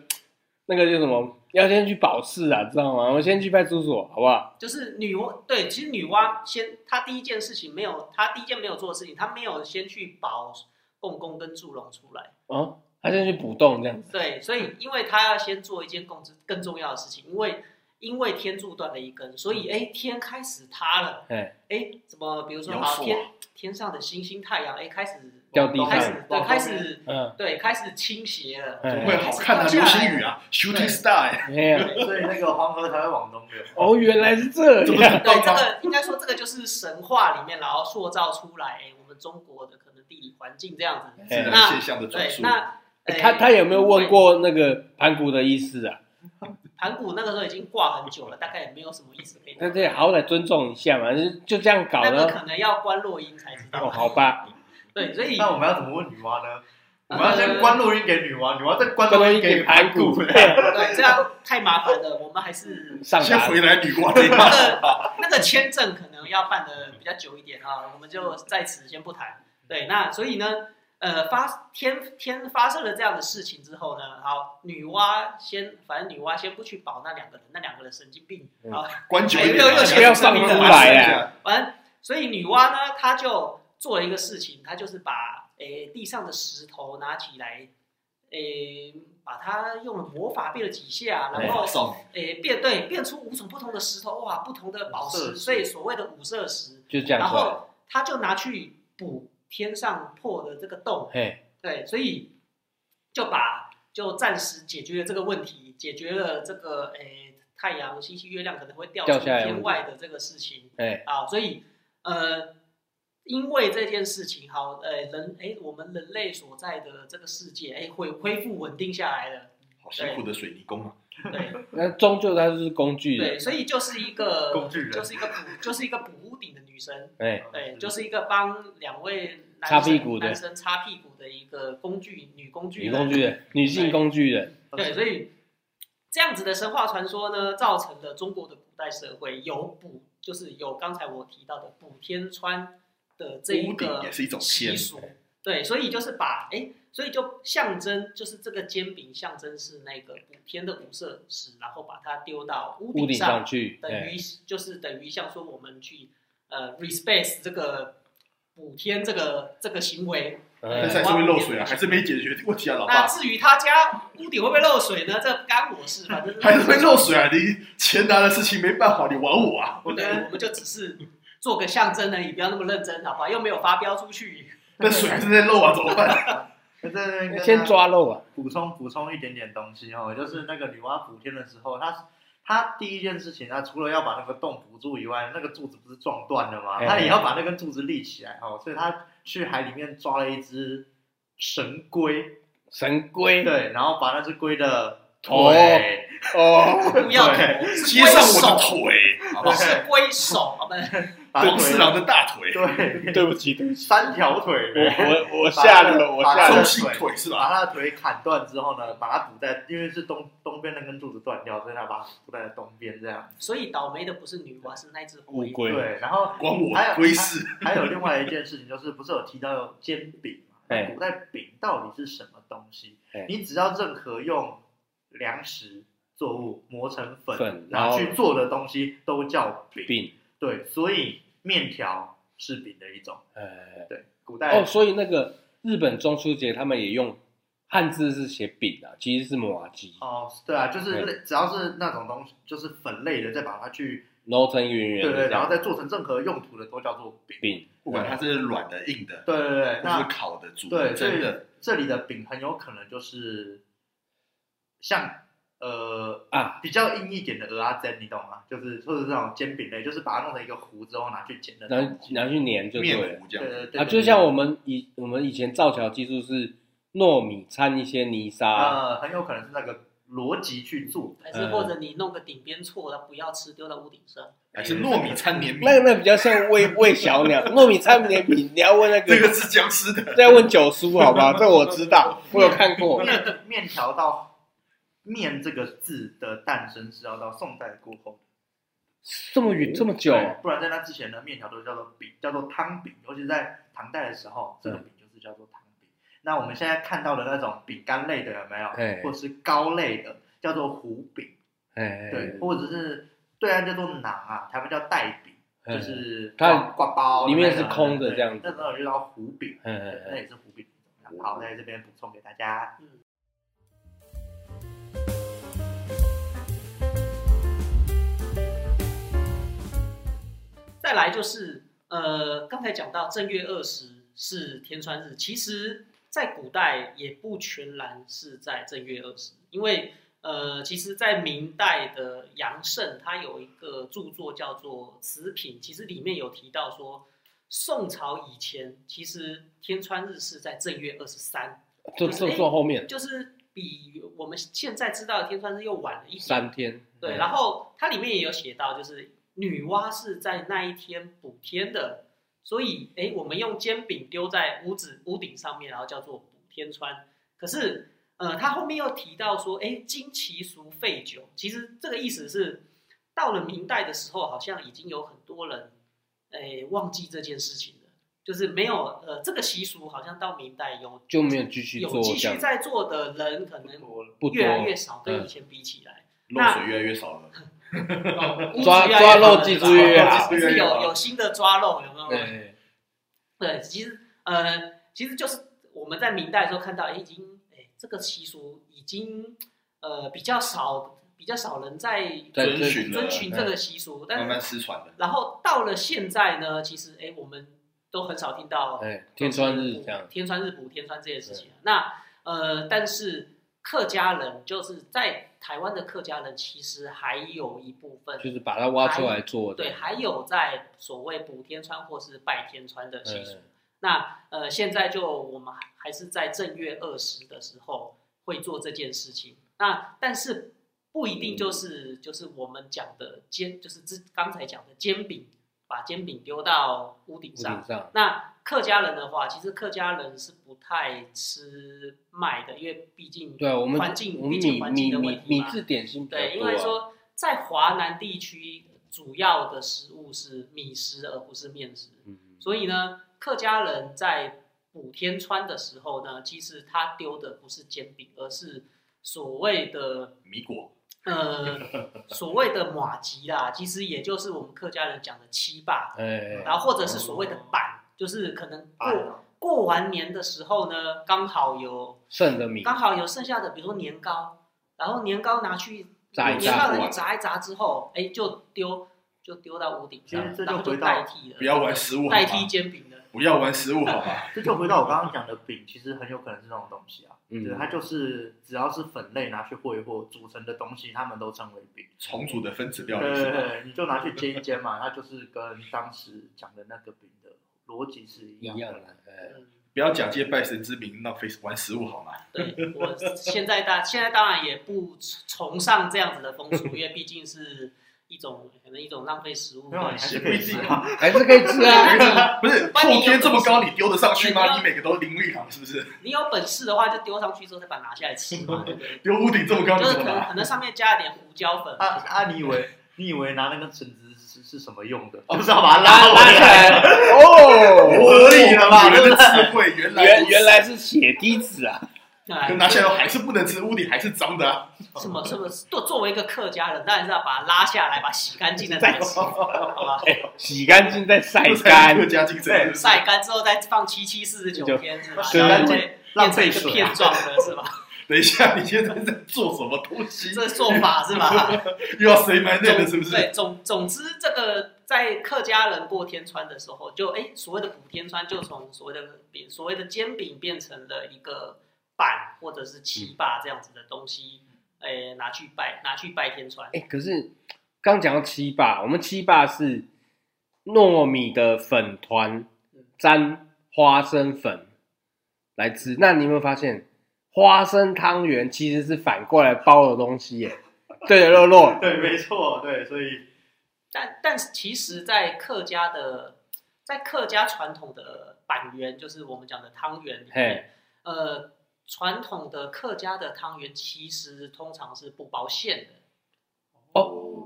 那个叫什么，要先去保释啊，知道吗？我们先去派出所，好不好？就是女娲对，其实女娲先，她第一件事情没有，她第一件没有做的事情，她没有先去保共工跟祝融出来。啊，他先去补洞这样子。对，所以因为他要先做一件更更重要的事情，因为因为天柱断了一根，所以哎天开始塌了，嗯哎，哎怎么比如说要好说天天上的星星太阳哎开始掉地上开始对往开东始嗯，对开始倾斜了，哎会好看啊，流星雨啊，Shooting Star，哎哎呀，对所以那个黄河才会往东流。 哦，原来是这这不样。是对棒这吗？个应该说这个就是神话里面然后塑造出来哎我们中国的可能地理环境这样子，自然那现象的转对述，那。哎 他他有没有问过那个盘古的意思啊？盘古那个时候已经挂很久了，大概也没有什么意思可以。但这好歹尊重一下嘛，就就这样搞那个呢？可能要关落音才知道哦，。好吧，对，所以那我们要怎么问女娲呢？我呃们要先关录音给女娲，女娲再关这录东西音给给盘盘古古。对，这样太麻烦了，我们还是哎上先达 回来女娲这一那趴。个那个签证可能要办的比较久一点啊，我们就在此先不谈。对，那所以呢，呃，发天天发生了这样的事情之后呢，好，女娲先，反正女娲先不去保那两个人，那两个人神经病嗯啊，关久一点哎又又啊，不要放出来啊！反正所以女娲呢，她就做了一个事情，她就是把诶、地上的石头拿起来，诶、把它用了魔法变了几下，然后少女，诶，变对变出五种不同的石头，哇，不同的宝五色石，石所以所谓的五色石，就这样然出来。后他就拿去补天上破的这个洞，嘿，对，所以就把就暂时解决了这个问题，解决了这个诶太阳、星星、月亮可能会掉掉出下来的天问外的这个事情哎，啊，所以呃，因为这件事情，好，诶人诶我们人类所在的这个世界，诶会恢复稳定下来了，好辛苦的水泥工啊！对。那终究他就是工具对，人。所以就是一个工具人就是一个补，就是一个补屋顶的女生，哎，对， 就是一个帮两位男擦生屁股的男生擦屁股的一个工具女工具女人工具人，女性工具人。对，所以这样子的神话传说呢，造成了中国的古代社会有补，就是有刚才我提到的补天穿的这一屋个顶也是一种习天，俗。对，所以就是把哎，所以就象征就是这个煎饼象征是那个补天的五色石，然后把它丢到屋屋顶上上去，等哎于就是等于像说我们去呃 respect 这个补天这个这个行为。但是哎还是会漏水啊，还是没解决问题啊，老那爸，至于他家屋顶会不会漏水呢？这不干我事，反正还是会漏水啊！你钱拿的事情没办法，你玩我啊！对，我们就只是做个象征而已，不要那么认真，好吧？又没有发飙出去。但水还是在漏啊，怎么办？对，先抓漏啊。补充补充一点点东西哦，就是那个女娲补天的时候，她她第一件事情，她除了要把那个洞补住以外，那个柱子不是撞断了吗？哎她也要把那根柱子立起来哦，所以她去海里面抓了一只神龟，神龟，对，然后把那只龟的腿，哦，不要头，对，是接龟上我的手，腿，好不好？是龟手，啊不是把黄四腿郎的大腿，对对不起，对不起，三条腿我呗， 我我下了，我下中了，性腿是吧？把他的腿砍断之后呢，把它补在，因为是东东边那根柱子断掉，所以他把它补在东边这样。所以倒霉的不是女娲，是那只乌龟。龟，对，然后关我还有龟事。还有另外一件事情，就是不是有提到煎饼嘛？哎古代饼到底是什么东西哎？你只要任何用粮食作物磨成粉粉，然然后后去做的东西都叫饼。病，对，所以面条是饼的一种。呃，对，古代哦，所以那个日本中秋节他们也用汉字是写饼啊，其实是麻吉哦，对啊，就是类只要是那种东西，就是粉类的，再把它去揉成圆圆对的对，这然后样，再做成任何用途的都叫做饼。饼，不管它是软的、硬的，对对对，或是那烤的、煮的、对，所蒸以的，这里的饼很有可能就是像呃啊比较硬一点的鹅啊煎，你懂吗？就是或者这种煎饼类，就是把它弄成一个糊之后拿去煎的然后东西。然后去粘就对面了糊这对样。对对，啊，就像我们以我们以前造桥技术是糯米掺一些泥沙，呃很有可能是那个逻辑去做。还是或者你弄个顶边错了，不要吃，丢到屋顶上。还是糯米掺黏米，那那比较像喂喂小鸟，糯米掺黏米，你要问那这个个是僵尸的。再问九叔好吧，这我知道，我有看过，面面条到面这个字的诞生是要到宋代过后，这么远这么久，哦对不然在那之前呢，面条都叫做饼，叫做汤饼，尤其在唐代的时嗯候，这个饼就是叫做汤饼。那我们现在看到的那种饼干类的有没有哎，或是糕类的，叫做糊饼，哎，对，或者是对岸叫做馕啊，台湾叫带饼，哎就是它挂包里面那种是空的对这样子那时候就叫糊饼，哎对哎那哎，也是糊饼。好，在这边补充给大家。嗯，再来就是呃，刚才讲到正月二十是天穿日，其实在古代也不全然是在正月二十，因为呃，其实，在明代的杨慎他有一个著作叫做《词品》，其实里面有提到说，宋朝以前其实天穿日是在正月二十三，就就坐后面就是比我们现在知道的天穿日又晚了一点三天，对，哎然后它里面也有写到，就是女娲是在那一天补天的，所以诶，我们用煎饼丢在屋子屋顶上面，然后叫做补天穿。可是呃，他后面又提到说，诶，今其俗废酒，其实这个意思是到了明代的时候，好像已经有很多人诶忘记这件事情了，就是没有呃这个习俗，好像到明代有就没有继续有做继这续样，在做的人，可能不多越来越少，跟嗯以前比起来。漏水越来越少了，抓抓漏技术越好就是有有新的抓漏，有没有？哎，对，其实呃，其实就是我们在明代的时候看到，哎已经哎这个习俗已经呃比较少，比较少人在在遵循了遵循这个习俗，慢但慢是失传了。然后到了现在呢，其实哎我们都很少听到哎，天穿日这样，天穿日补天穿这件事情啊。那呃，但是客家人就是在台湾的客家人，其实还有一部分就是把它挖出来做的，对，还有在所谓补天穿或是拜天穿的习俗。嗯那呃，现在就我们还还是在正月二十的时候会做这件事情。那但是不一定嗯就是、就是我们讲的煎，就是之刚才讲的煎饼，把煎饼丢到屋顶嗯屋上顶。上，那客家人的话，其实客家人是不太吃麦的，因为毕竟对啊，我们环境我们毕竟米环境米的米问题米嘛。制点心比较多啊，对，因为说在华南地区主要的食物是米食，而不是面食。嗯，所以呢，客家人在补天川的时候呢，其实他丢的不是煎饼，而是所谓的米果 呃所谓的马吉啦，其实也就是我们客家人讲的七霸，哎，然后或者是所谓的板，就是可能哦过过完年的时候呢，刚好有剩的米刚好有剩下的，比如说年糕，然后年糕拿去炸一年炸糕拿去炸一炸之后，哎，就丢就丢到屋顶其实上，这就然后就回到代替了，不要呃玩食物好啊代替吗？煎饼的，不要玩食物好吗？这就回到我刚刚讲的饼，其实很有可能是那种东西啊。嗯对，它就是只要是粉类拿去和一和组成的东西，他们都称为饼。重组的分子料理对是对吧？对，你就拿去煎一煎嘛，它就是跟当时讲的那个饼的逻辑是一一样样的。的，哎，嗯，不要假借拜神之名浪费玩食物好吗？对我现在大 现在当然也不崇尚这样子的风俗，因为毕竟是一种可能一种浪费食物没有，的你还行是为。可以吃啊。哎还是可以吃啊。 不是把你后天这么高，你丢得上去你吗？要你每个都淋浴堂是不是？你有本事的话，就丢上去之后再把它拿下来吃嘛， 对不对？丢屋顶这么高，你就是怎么可能拿？可能上面加了点胡椒粉，啊啊！你以为你以为拿那个绳子是是什么用的？我不知道把它拉回拉起来。 来哦，合理了吧女人的词汇原来原如此原来是血滴子啊！可哎，拿下来还是不能吃，屋顶还是脏的啊！什么什么，作作为一个客家人，当然是要把它拉下来，把它洗干净的再吃， 好吧？洗干净再晒这才 是客干，家精神，晒干之后再放七七四十九天，是吧？对然后就会浪费变成一个水啊片状的是吧？ 等一下，你现在在做什么东西？这做法是吧？又要 say my name 了是不是？对，总总之，这个在客家人过天川的时候，就哎，所谓的补天川，就从所谓的饼，所谓的煎饼变成了一个板或者是七把这样子的东西，哎，拿去拜，拿去拜天川。哎、可是刚讲到七霸，我们七霸是糯米的粉团沾花生粉来吃。那你有没有发现，花生汤圆其实是反过来包的东西耶？对的，肉肉，对，没错，对，所以但但是其实，在客家的，在客家传统的板圆，就是我们讲的汤圆里嘿面，呃，传统的客家的汤圆其实通常是不包馅的。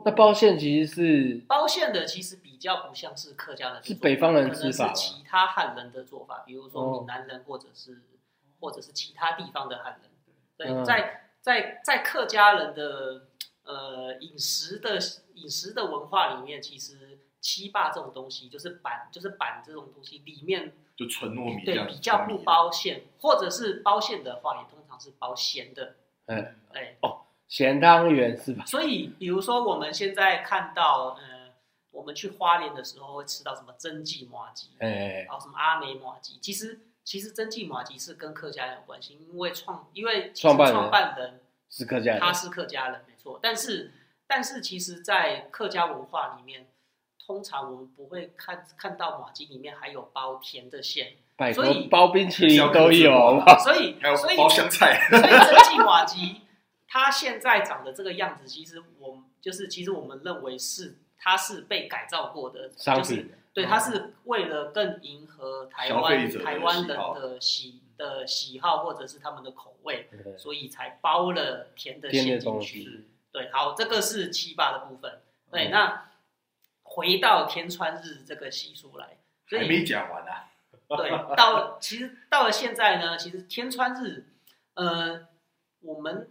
那包馅其实是包馅的其实比较不像是客家的做法，是北方人吃法可吧能是其他汉人的做法，比如哦说闽南人或者是、或者是其他地方的汉人。对，嗯在在在客家人的呃饮食的饮食的文化里面，其实七霸这种东西就是板就是板这种东西里面就纯糯米这啊对样，比较不包馅，或者是包馅的话，也通常是包咸的。嗯，对，咸汤圆是吧？所以，比如说我们现在看到，呃，我们去花莲的时候会吃到什么蒸记麻鸡，哎、然后什么阿美麻鸡。其实，其实蒸记麻鸡是跟客家人有关系，因为创，因为其实创办人创办人是客家人他是客家人，没错。但是，但是其实，在客家文化里面，通常我们不会看看到麻鸡里面还有包甜的馅，拜托所以包冰淇淋都啊有好不好所以， 还有所以包香菜。所以蒸汽瓦吉它现在长的这个样子，其实我们就是其实我们认为是它是被改造过的商就是品，嗯对，它是为了更迎合台消费湾者的台湾喜人好的喜的喜好或者是他们的口味，对所以才包了甜的甜的馅进东去。西，对，好，这个是七八的部分。对，嗯那回到天川日这个习俗来，所还以没讲完啊！对，到了其实到了现在呢，其实天川日，呃，我们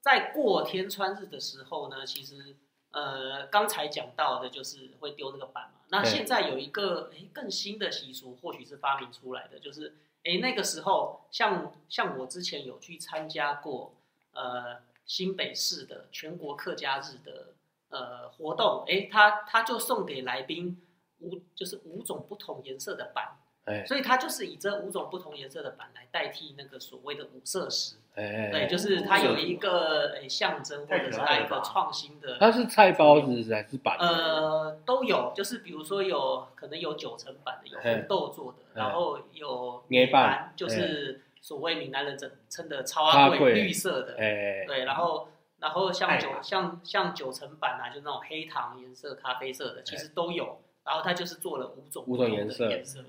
在过天川日的时候呢，其实呃刚才讲到的就是会丢那个板嘛。那对现在有一个诶更新的习俗，或许是发明出来的，就是诶那个时候像像我之前有去参加过呃新北市的全国客家日的呃活动，诶，他他就送给来宾五就是五种不同颜色的板。哎所以它就是以这五种不同颜色的板来代替那个所谓的五色石，哎，对，就是它有一个诶象征或者是它一个创新的，它是菜包子还是板？，呃，都有，就是比如说有可能有九层板的，有嘿红豆做的，然后有捏板板，就是所谓闽南人称称的超阿超阿贵贵绿色的，哎，对，然后然后像哎九像像九层板啊，就那种黑糖颜色、咖啡色的，其实都有，然后它就是做了五种五不种同的颜色颜色，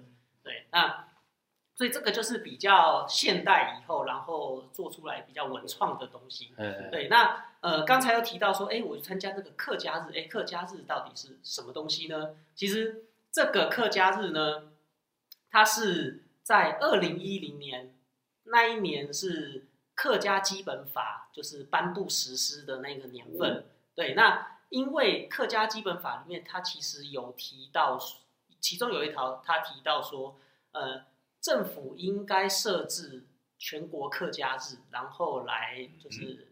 对，那所以这个就是比较现代以后，然后做出来比较文创的东西。哎，对，那呃，刚才有提到说，哎，我参加这个客家日，哎，客家日到底是什么东西呢？其实这个客家日呢，它是在二零一零年那一年是客家基本法就是颁布实施的那个年份。对，那因为客家基本法里面它其实有提到，其中有一条它提到说，呃，政府应该设置全国客家日，然后来就是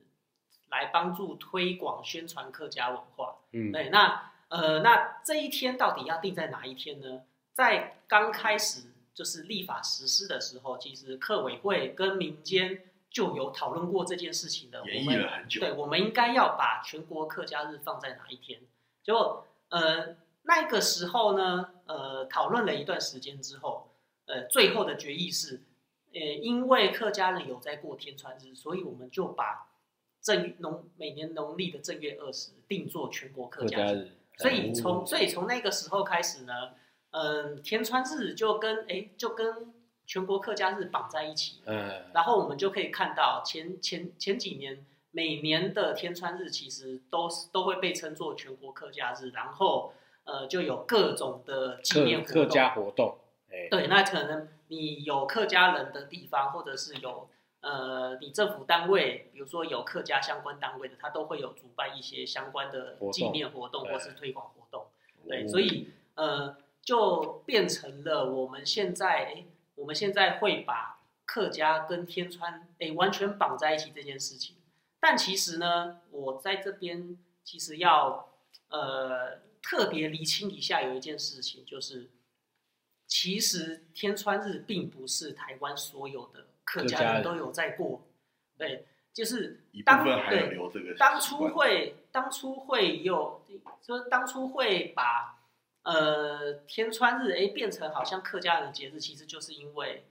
来帮助推广宣传客家文化。嗯，对，那呃，那这一天到底要定在哪一天呢？在刚开始就是立法实施的时候，其实客委会跟民间就有讨论过这件事情的。我演们绎了很久，对，我们应该要把全国客家日放在哪一天？结果呃，那个时候呢，呃，讨论了一段时间之后，呃最后的决议是，呃，因为客家人有在过天川日，所以我们就把正农每年农历的正月二十定做全国客客家家日。人，哦所以从所以从那个时候开始呢，嗯，天川日就跟哎就跟全国客家日绑在一起了。嗯，然后我们就可以看到前前前几年每年的天川日其实都是都会被称作全国客家日，然后呃就有各种的纪客念活动。客家活动，哎，对，那可能你有客家人的地方，或者是有呃你政府单位，比如说有客家相关单位的，它都会有主办一些相关的活动纪念活动对哦或是推广活动。对，所以呃，就变成了我们现在，诶我们现在会把客家跟天川，诶完全绑在一起这件事情。但其实呢，我在这边其实要呃特别厘清一下，有一件事情就是，其实天川日并不是台湾所有的客客家家人人都有在过，对，就是一部当分还有对留这个习惯。当初会，当初会有，就是当初会把呃天川日哎变成好像客家人的节日，其实就是因为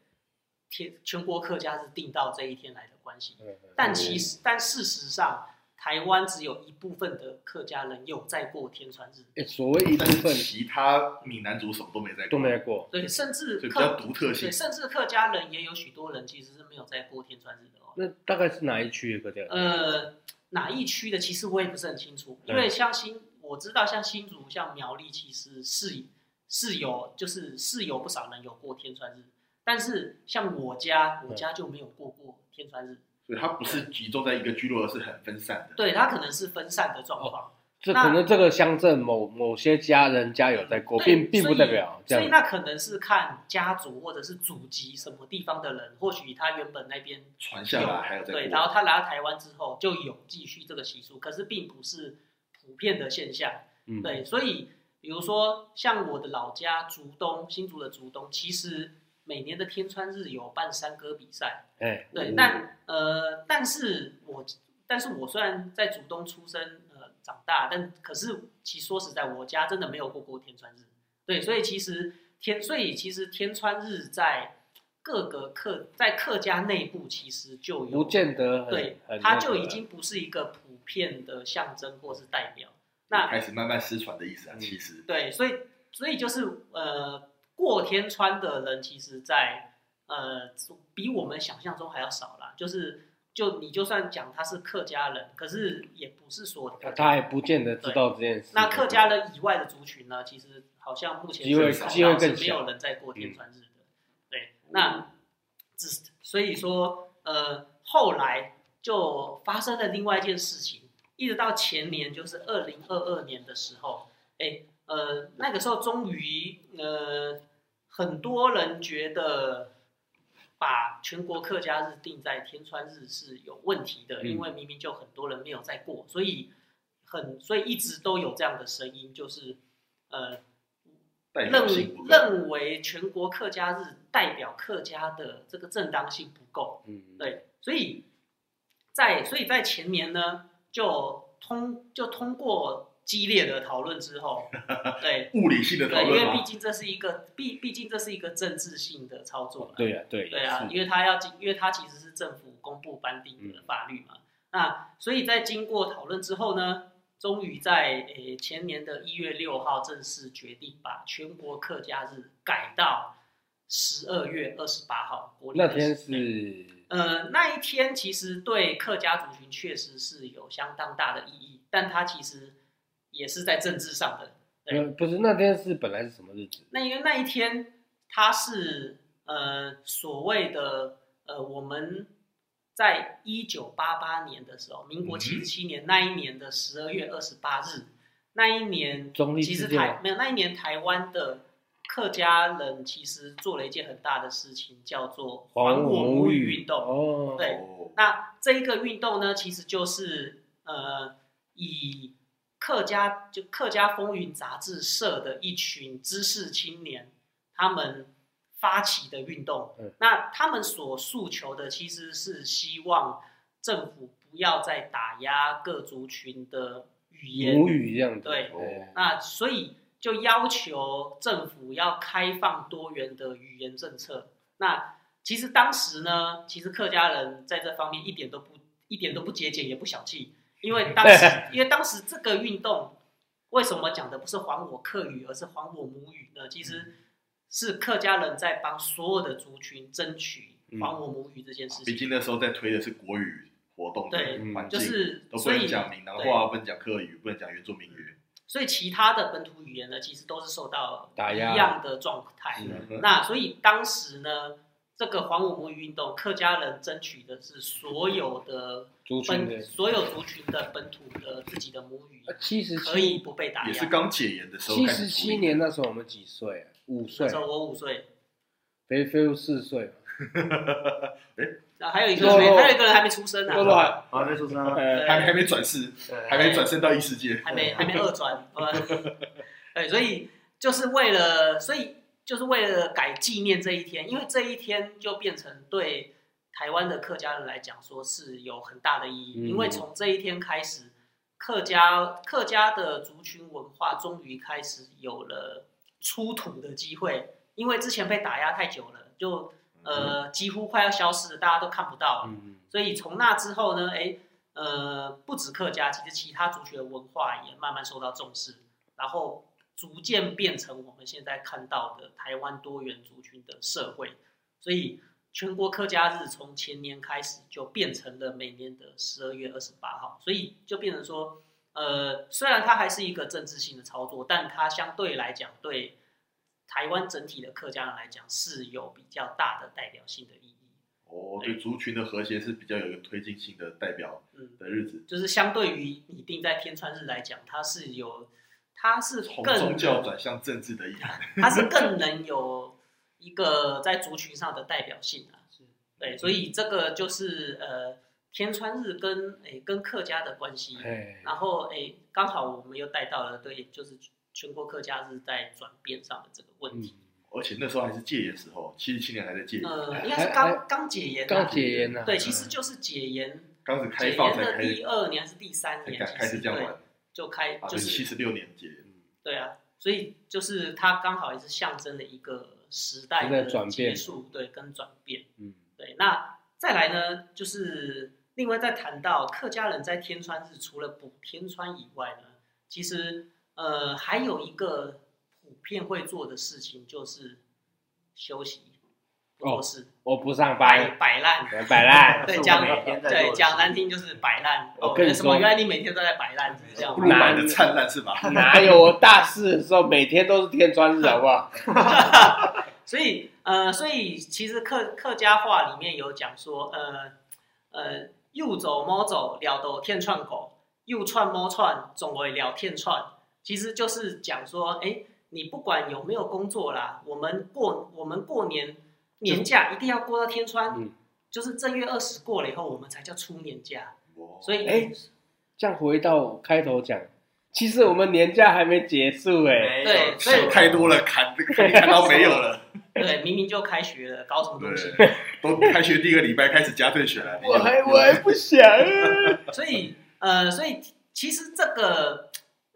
天全国客家日定到这一天来的关系。嗯，但其实，但事实上，台湾只有一部分的客家人有在过天川日，哎所谓一部但是分其他闽南族什么都没在都过，没来过，对，甚至所以比较客独特性对，。甚至客家人也有许多人其实是没有在过天川日的哦。那大概是哪一区的客家？，呃，哪一区的其实我也不是很清楚，因为像新我知道像新竹、像苗栗其实是是有就是是有不少人有过天川日，但是像我家我家就没有过过天川日，所以它不是集中在一个聚落，而是很分散的。对，它可能是分散的状哦况，这那可能这个乡镇某某些家人家有在过，嗯对并并所不以代表这所以样。那可能是看家族或者是祖籍什么地方的人，或许他原本那边传下来还有在对，然过，后他来到台湾之后就有继续这个习俗，可是并不是普遍的现象。嗯，对，所以比如说像我的老家竹东，新竹的竹东，其实每年的天川日有办山歌比赛。哎，对哦，但呃，但是我但是我虽然在竹东出生呃长大，但可是其实说实在，我家真的没有过过天川日。对，所以其实天，所以其实天川日在各个客在客家内部其实就有不见得很哎对很，它那就个已经不是一个普遍的象征或是代表。那开始慢慢失传的意思啊。嗯其实对，所以所以就是呃，过天川的人其实在，呃比我们想象中还要少啦。就是就你就算讲他是客家人，可是也不是所有的客家呃他也人。不见得知道这件事。那客家人以外的族群呢，其实好像目前机会是机会更是没小有人在过天川日的。对，那只是所以说呃，后来就发生了另外一件事情，一直到前年，就是二零二二年的时候，哎，呃，那个时候终于呃，很多人觉得把全国客家日定在天川日是有问题的，嗯因为明明就很多人没有在过，所以很所以一直都有这样的声音，就是呃，代表认性不够，认为全国客家日代表客家的这个正当性不够，嗯，对，所以在所以在前年呢，就通就通过激烈的讨论 之后，对物理性的讨对，因为论毕嘛，竟这是一个毕毕竟这是一个政治性的操作了，对呀，对对啊，因为为它要进，因为它其实是政府公布颁定嗯的法律嘛。那所以在经过讨论之后呢，终于在诶前年的一月六号正式决定把全国客家日改到十二月二十八号。国历那的天十对是呃那一天其实对客家族群确实是有相当大的意义，但它其实也是在政治上的。对呃不是那天是本来是什么日子？那因为那一天它是呃所谓的呃我们在一九八八年的时候，民国嗯七十七年那一年的十二月二十八日，那一年中立其实事件台吗没有那一年台湾的客家人其实做了一件很大的事情，叫做还我母语运动。哦，对哦，那这一个运动呢，其实就是呃，以客家就客家风云杂志社的一群知识青年，他们发起的运动。嗯那他们所诉求的其实是希望政府不要再打压各族群的语言。母语这样子。哎对哦那所以就要求政府要开放多元的语言政策。那其实当时呢，其实客家人在这方面一点都不一点都不节俭，也不小气，因为 当时因为当时这个运动为什么讲的不是还我客语，而是还我母语呢？其实是客家人在帮所有的族群争取还我母语这件嗯事毕竟情。那时候在推的是国语活动的对环境，就是都不所以能讲闽南话，不能讲客语，不能讲原住民语。所以其他的本土语言呢，其实都是受到打一压样的状态啊是。嗯那所以当时呢，这个还我母语运动，客家人争取的是所有的族群本的所有族群的本土的自己的母语呃七十可七以不被打也是压。刚解严的时候七开始十处七理年那时候我们几岁啊？五岁那，时候我五岁，肥肥如四岁嘛，啊，还有一个没肉肉还有一个人还没出生呢、肉肉还啊，那出生啊，呃对还没还没转世，对还没转身到异世界。还没还没二转，呃，对，所以就是为了，所以就是为了改纪念这一天，因为这一天就变成对台湾的客家人来讲说是有很大的意义，嗯因为从这一天开始，客家客家的族群文化终于开始有了出土的机会，因为之前被打压太久了，就呃几乎快要消失了，大家都看不到了。嗯，所以从那之后呢，哎，呃，不止客家，其实其他族群的文化也慢慢受到重视，然后逐渐变成我们现在看到的台湾多元族群的社会。所以全国客家日从前年开始就变成了每年的十二月二十八号，所以就变成说，呃，虽然它还是一个政治性的操作，但它相对来讲对台湾整体的客家人来讲是有比较大的代表性的意义。哦，对族群的和谐是比较有一个推进性的代表嗯，的日子，就是相对于你定在天川日来讲，它是有，它是从宗更教转向政治的意义。它是更能有一个在族群上的代表性啊。对，所嗯以这个就是呃天川日跟诶、跟客家的关系，哎，然后诶刚、好我们又带到了对，就是全国客家日在转变上的这个嗯问题。而且那时候还是戒严时候，七十七嗯年还在戒严，呃，还应该还是刚刚解严、啊，刚解严呐，对，其实就是解严，刚开始解开放严才的开第始二年还是第三才年，敢开其始实这样对玩就开啊，就对，是七十六年戒严。对啊，所以就是它刚好也是象征了一个时代时代的转变结束，对，跟转变。嗯，对，那再来呢，就是另外再谈到客家人在天川日除了补天川以外呢，其实呃还有一个普遍会做的事情就是休息，不做事，我不上摆班，摆烂。摆 烂，对，是我讲每天在做的对事讲难听就是摆烂。我哦跟你什么？说原来你每天都在摆烂，就是这样不吗。如买的灿烂是吧？哪有我大四的时候每天都是天穿日，好不好？所以呃，所以其实客客家话里面有讲说，呃呃，又走猫走，聊到天串狗，又串猫串，总为聊天串，其实就是讲说，哎，你不管有没有工作啦，我们过我们过年年假一定要过到天川，嗯就是正月二十过了以后，我们才叫出年假，所以以哎，这样回到开头讲，其实我们年假还没结束哎，没有对所以想太多了，砍砍砍到没有了。对，明明就开学了，搞什么东西？对，都开学第一个礼拜开始加退学 了。我还我还不想啊， 所以呃，所以其实这个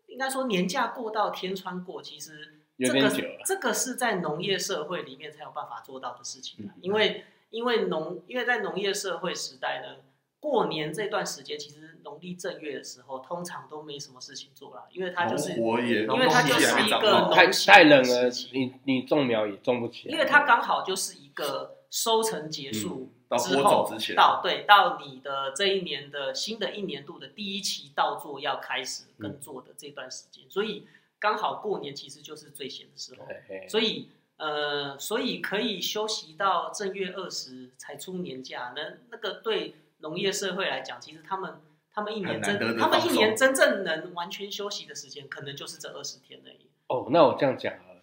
应该说年假过到天穿过，其实有这点个久了这个是在农业社会里面才有办法做到的事嗯情啊、因为因为农因为在农业社会时代呢，过年这段时间其实农历正月的时候，通常都没什么事情做啦，因为它哦就是农活也，因为它就是还没一长个到太农闲太冷了时期，你你种苗也种不啊起来，因为它刚好就是一个收成结束嗯到之播后种，之前，到对到你的这一年的新的一年度的第一期稻作要开始嗯耕作的这段时间，所以刚好过年其实就是最闲的时候，哎嘿嘿所以呃，所以可以休息到正月二十才出年假，那那个对农业社会来讲，其实他们他们一年很难得真的他们一放松年真正能完全休息的时间，可能就是这二十天而已。哦，那我这样讲好了，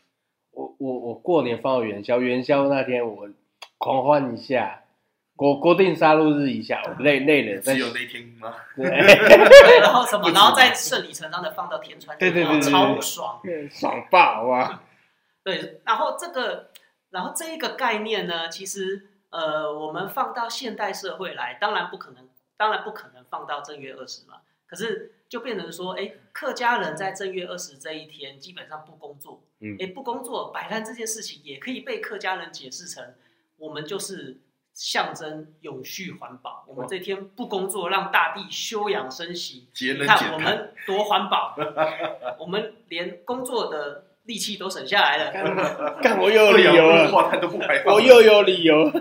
我我我过年放到元宵，元宵那天我狂欢一下，国国定杀戮日一下，我累累了，但只是有那天吗？ 对，然后什么，不止然后再顺理成章的放到天川，对对对对对超不爽。哎爽爆啊好吧？对，然后这个，然后这一个概念呢，其实呃，我们放到现代社会来，当然不可能，当然不可能放到正月二十嘛。可是就变成说，哎，客家人在正月二十这一天基本上不工作，嗯哎，不工作摆烂这件事情也可以被客家人解释成，我们就是象征永续环保，哦我们这天不工作，让大地休养生息。节能减你看我碳，们多 环保，我们连工作的力气都省下来了。 干我又有二理由氧了，化碳都不排 放，我又有理由。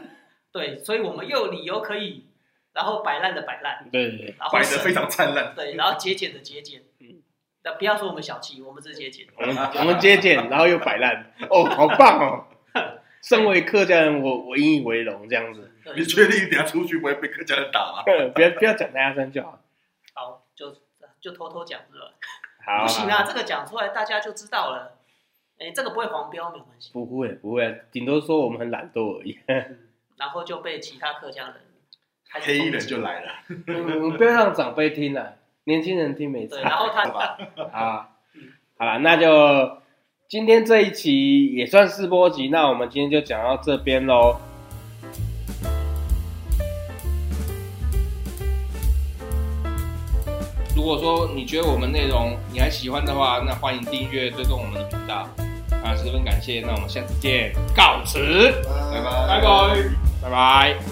对，所以我们又有理由可以，然后摆烂的摆烂，对对对，然后摆省的非常灿烂。对，然后节俭的节俭嗯。那不要说我们小气，我们是节俭。我们我们节俭，然后又摆烂，哦，好棒哦！身为客家人，我我引以为荣，这样子，对你确定你等下出去不会被客家人打吗？不要不要讲大家声就好。好，就就偷偷讲是吧？好，不行好啊，，这个讲出来大家就知道了。哎，这个不会黄标没有关系。不会不会，啊顶多说我们很懒惰而已。然后就被其他客家人开始黑衣攻人击就来了，我们不要让长辈听了，年轻人听没对，差。然后他 好吧？啊，好了，那就今天这一期也算试播集，那我们今天就讲到这边喽。如果说你觉得我们内容你还喜欢的话，那欢迎订阅追踪我们的频道啊，十分感谢。那我们下次见，告辞，拜拜拜，拜拜。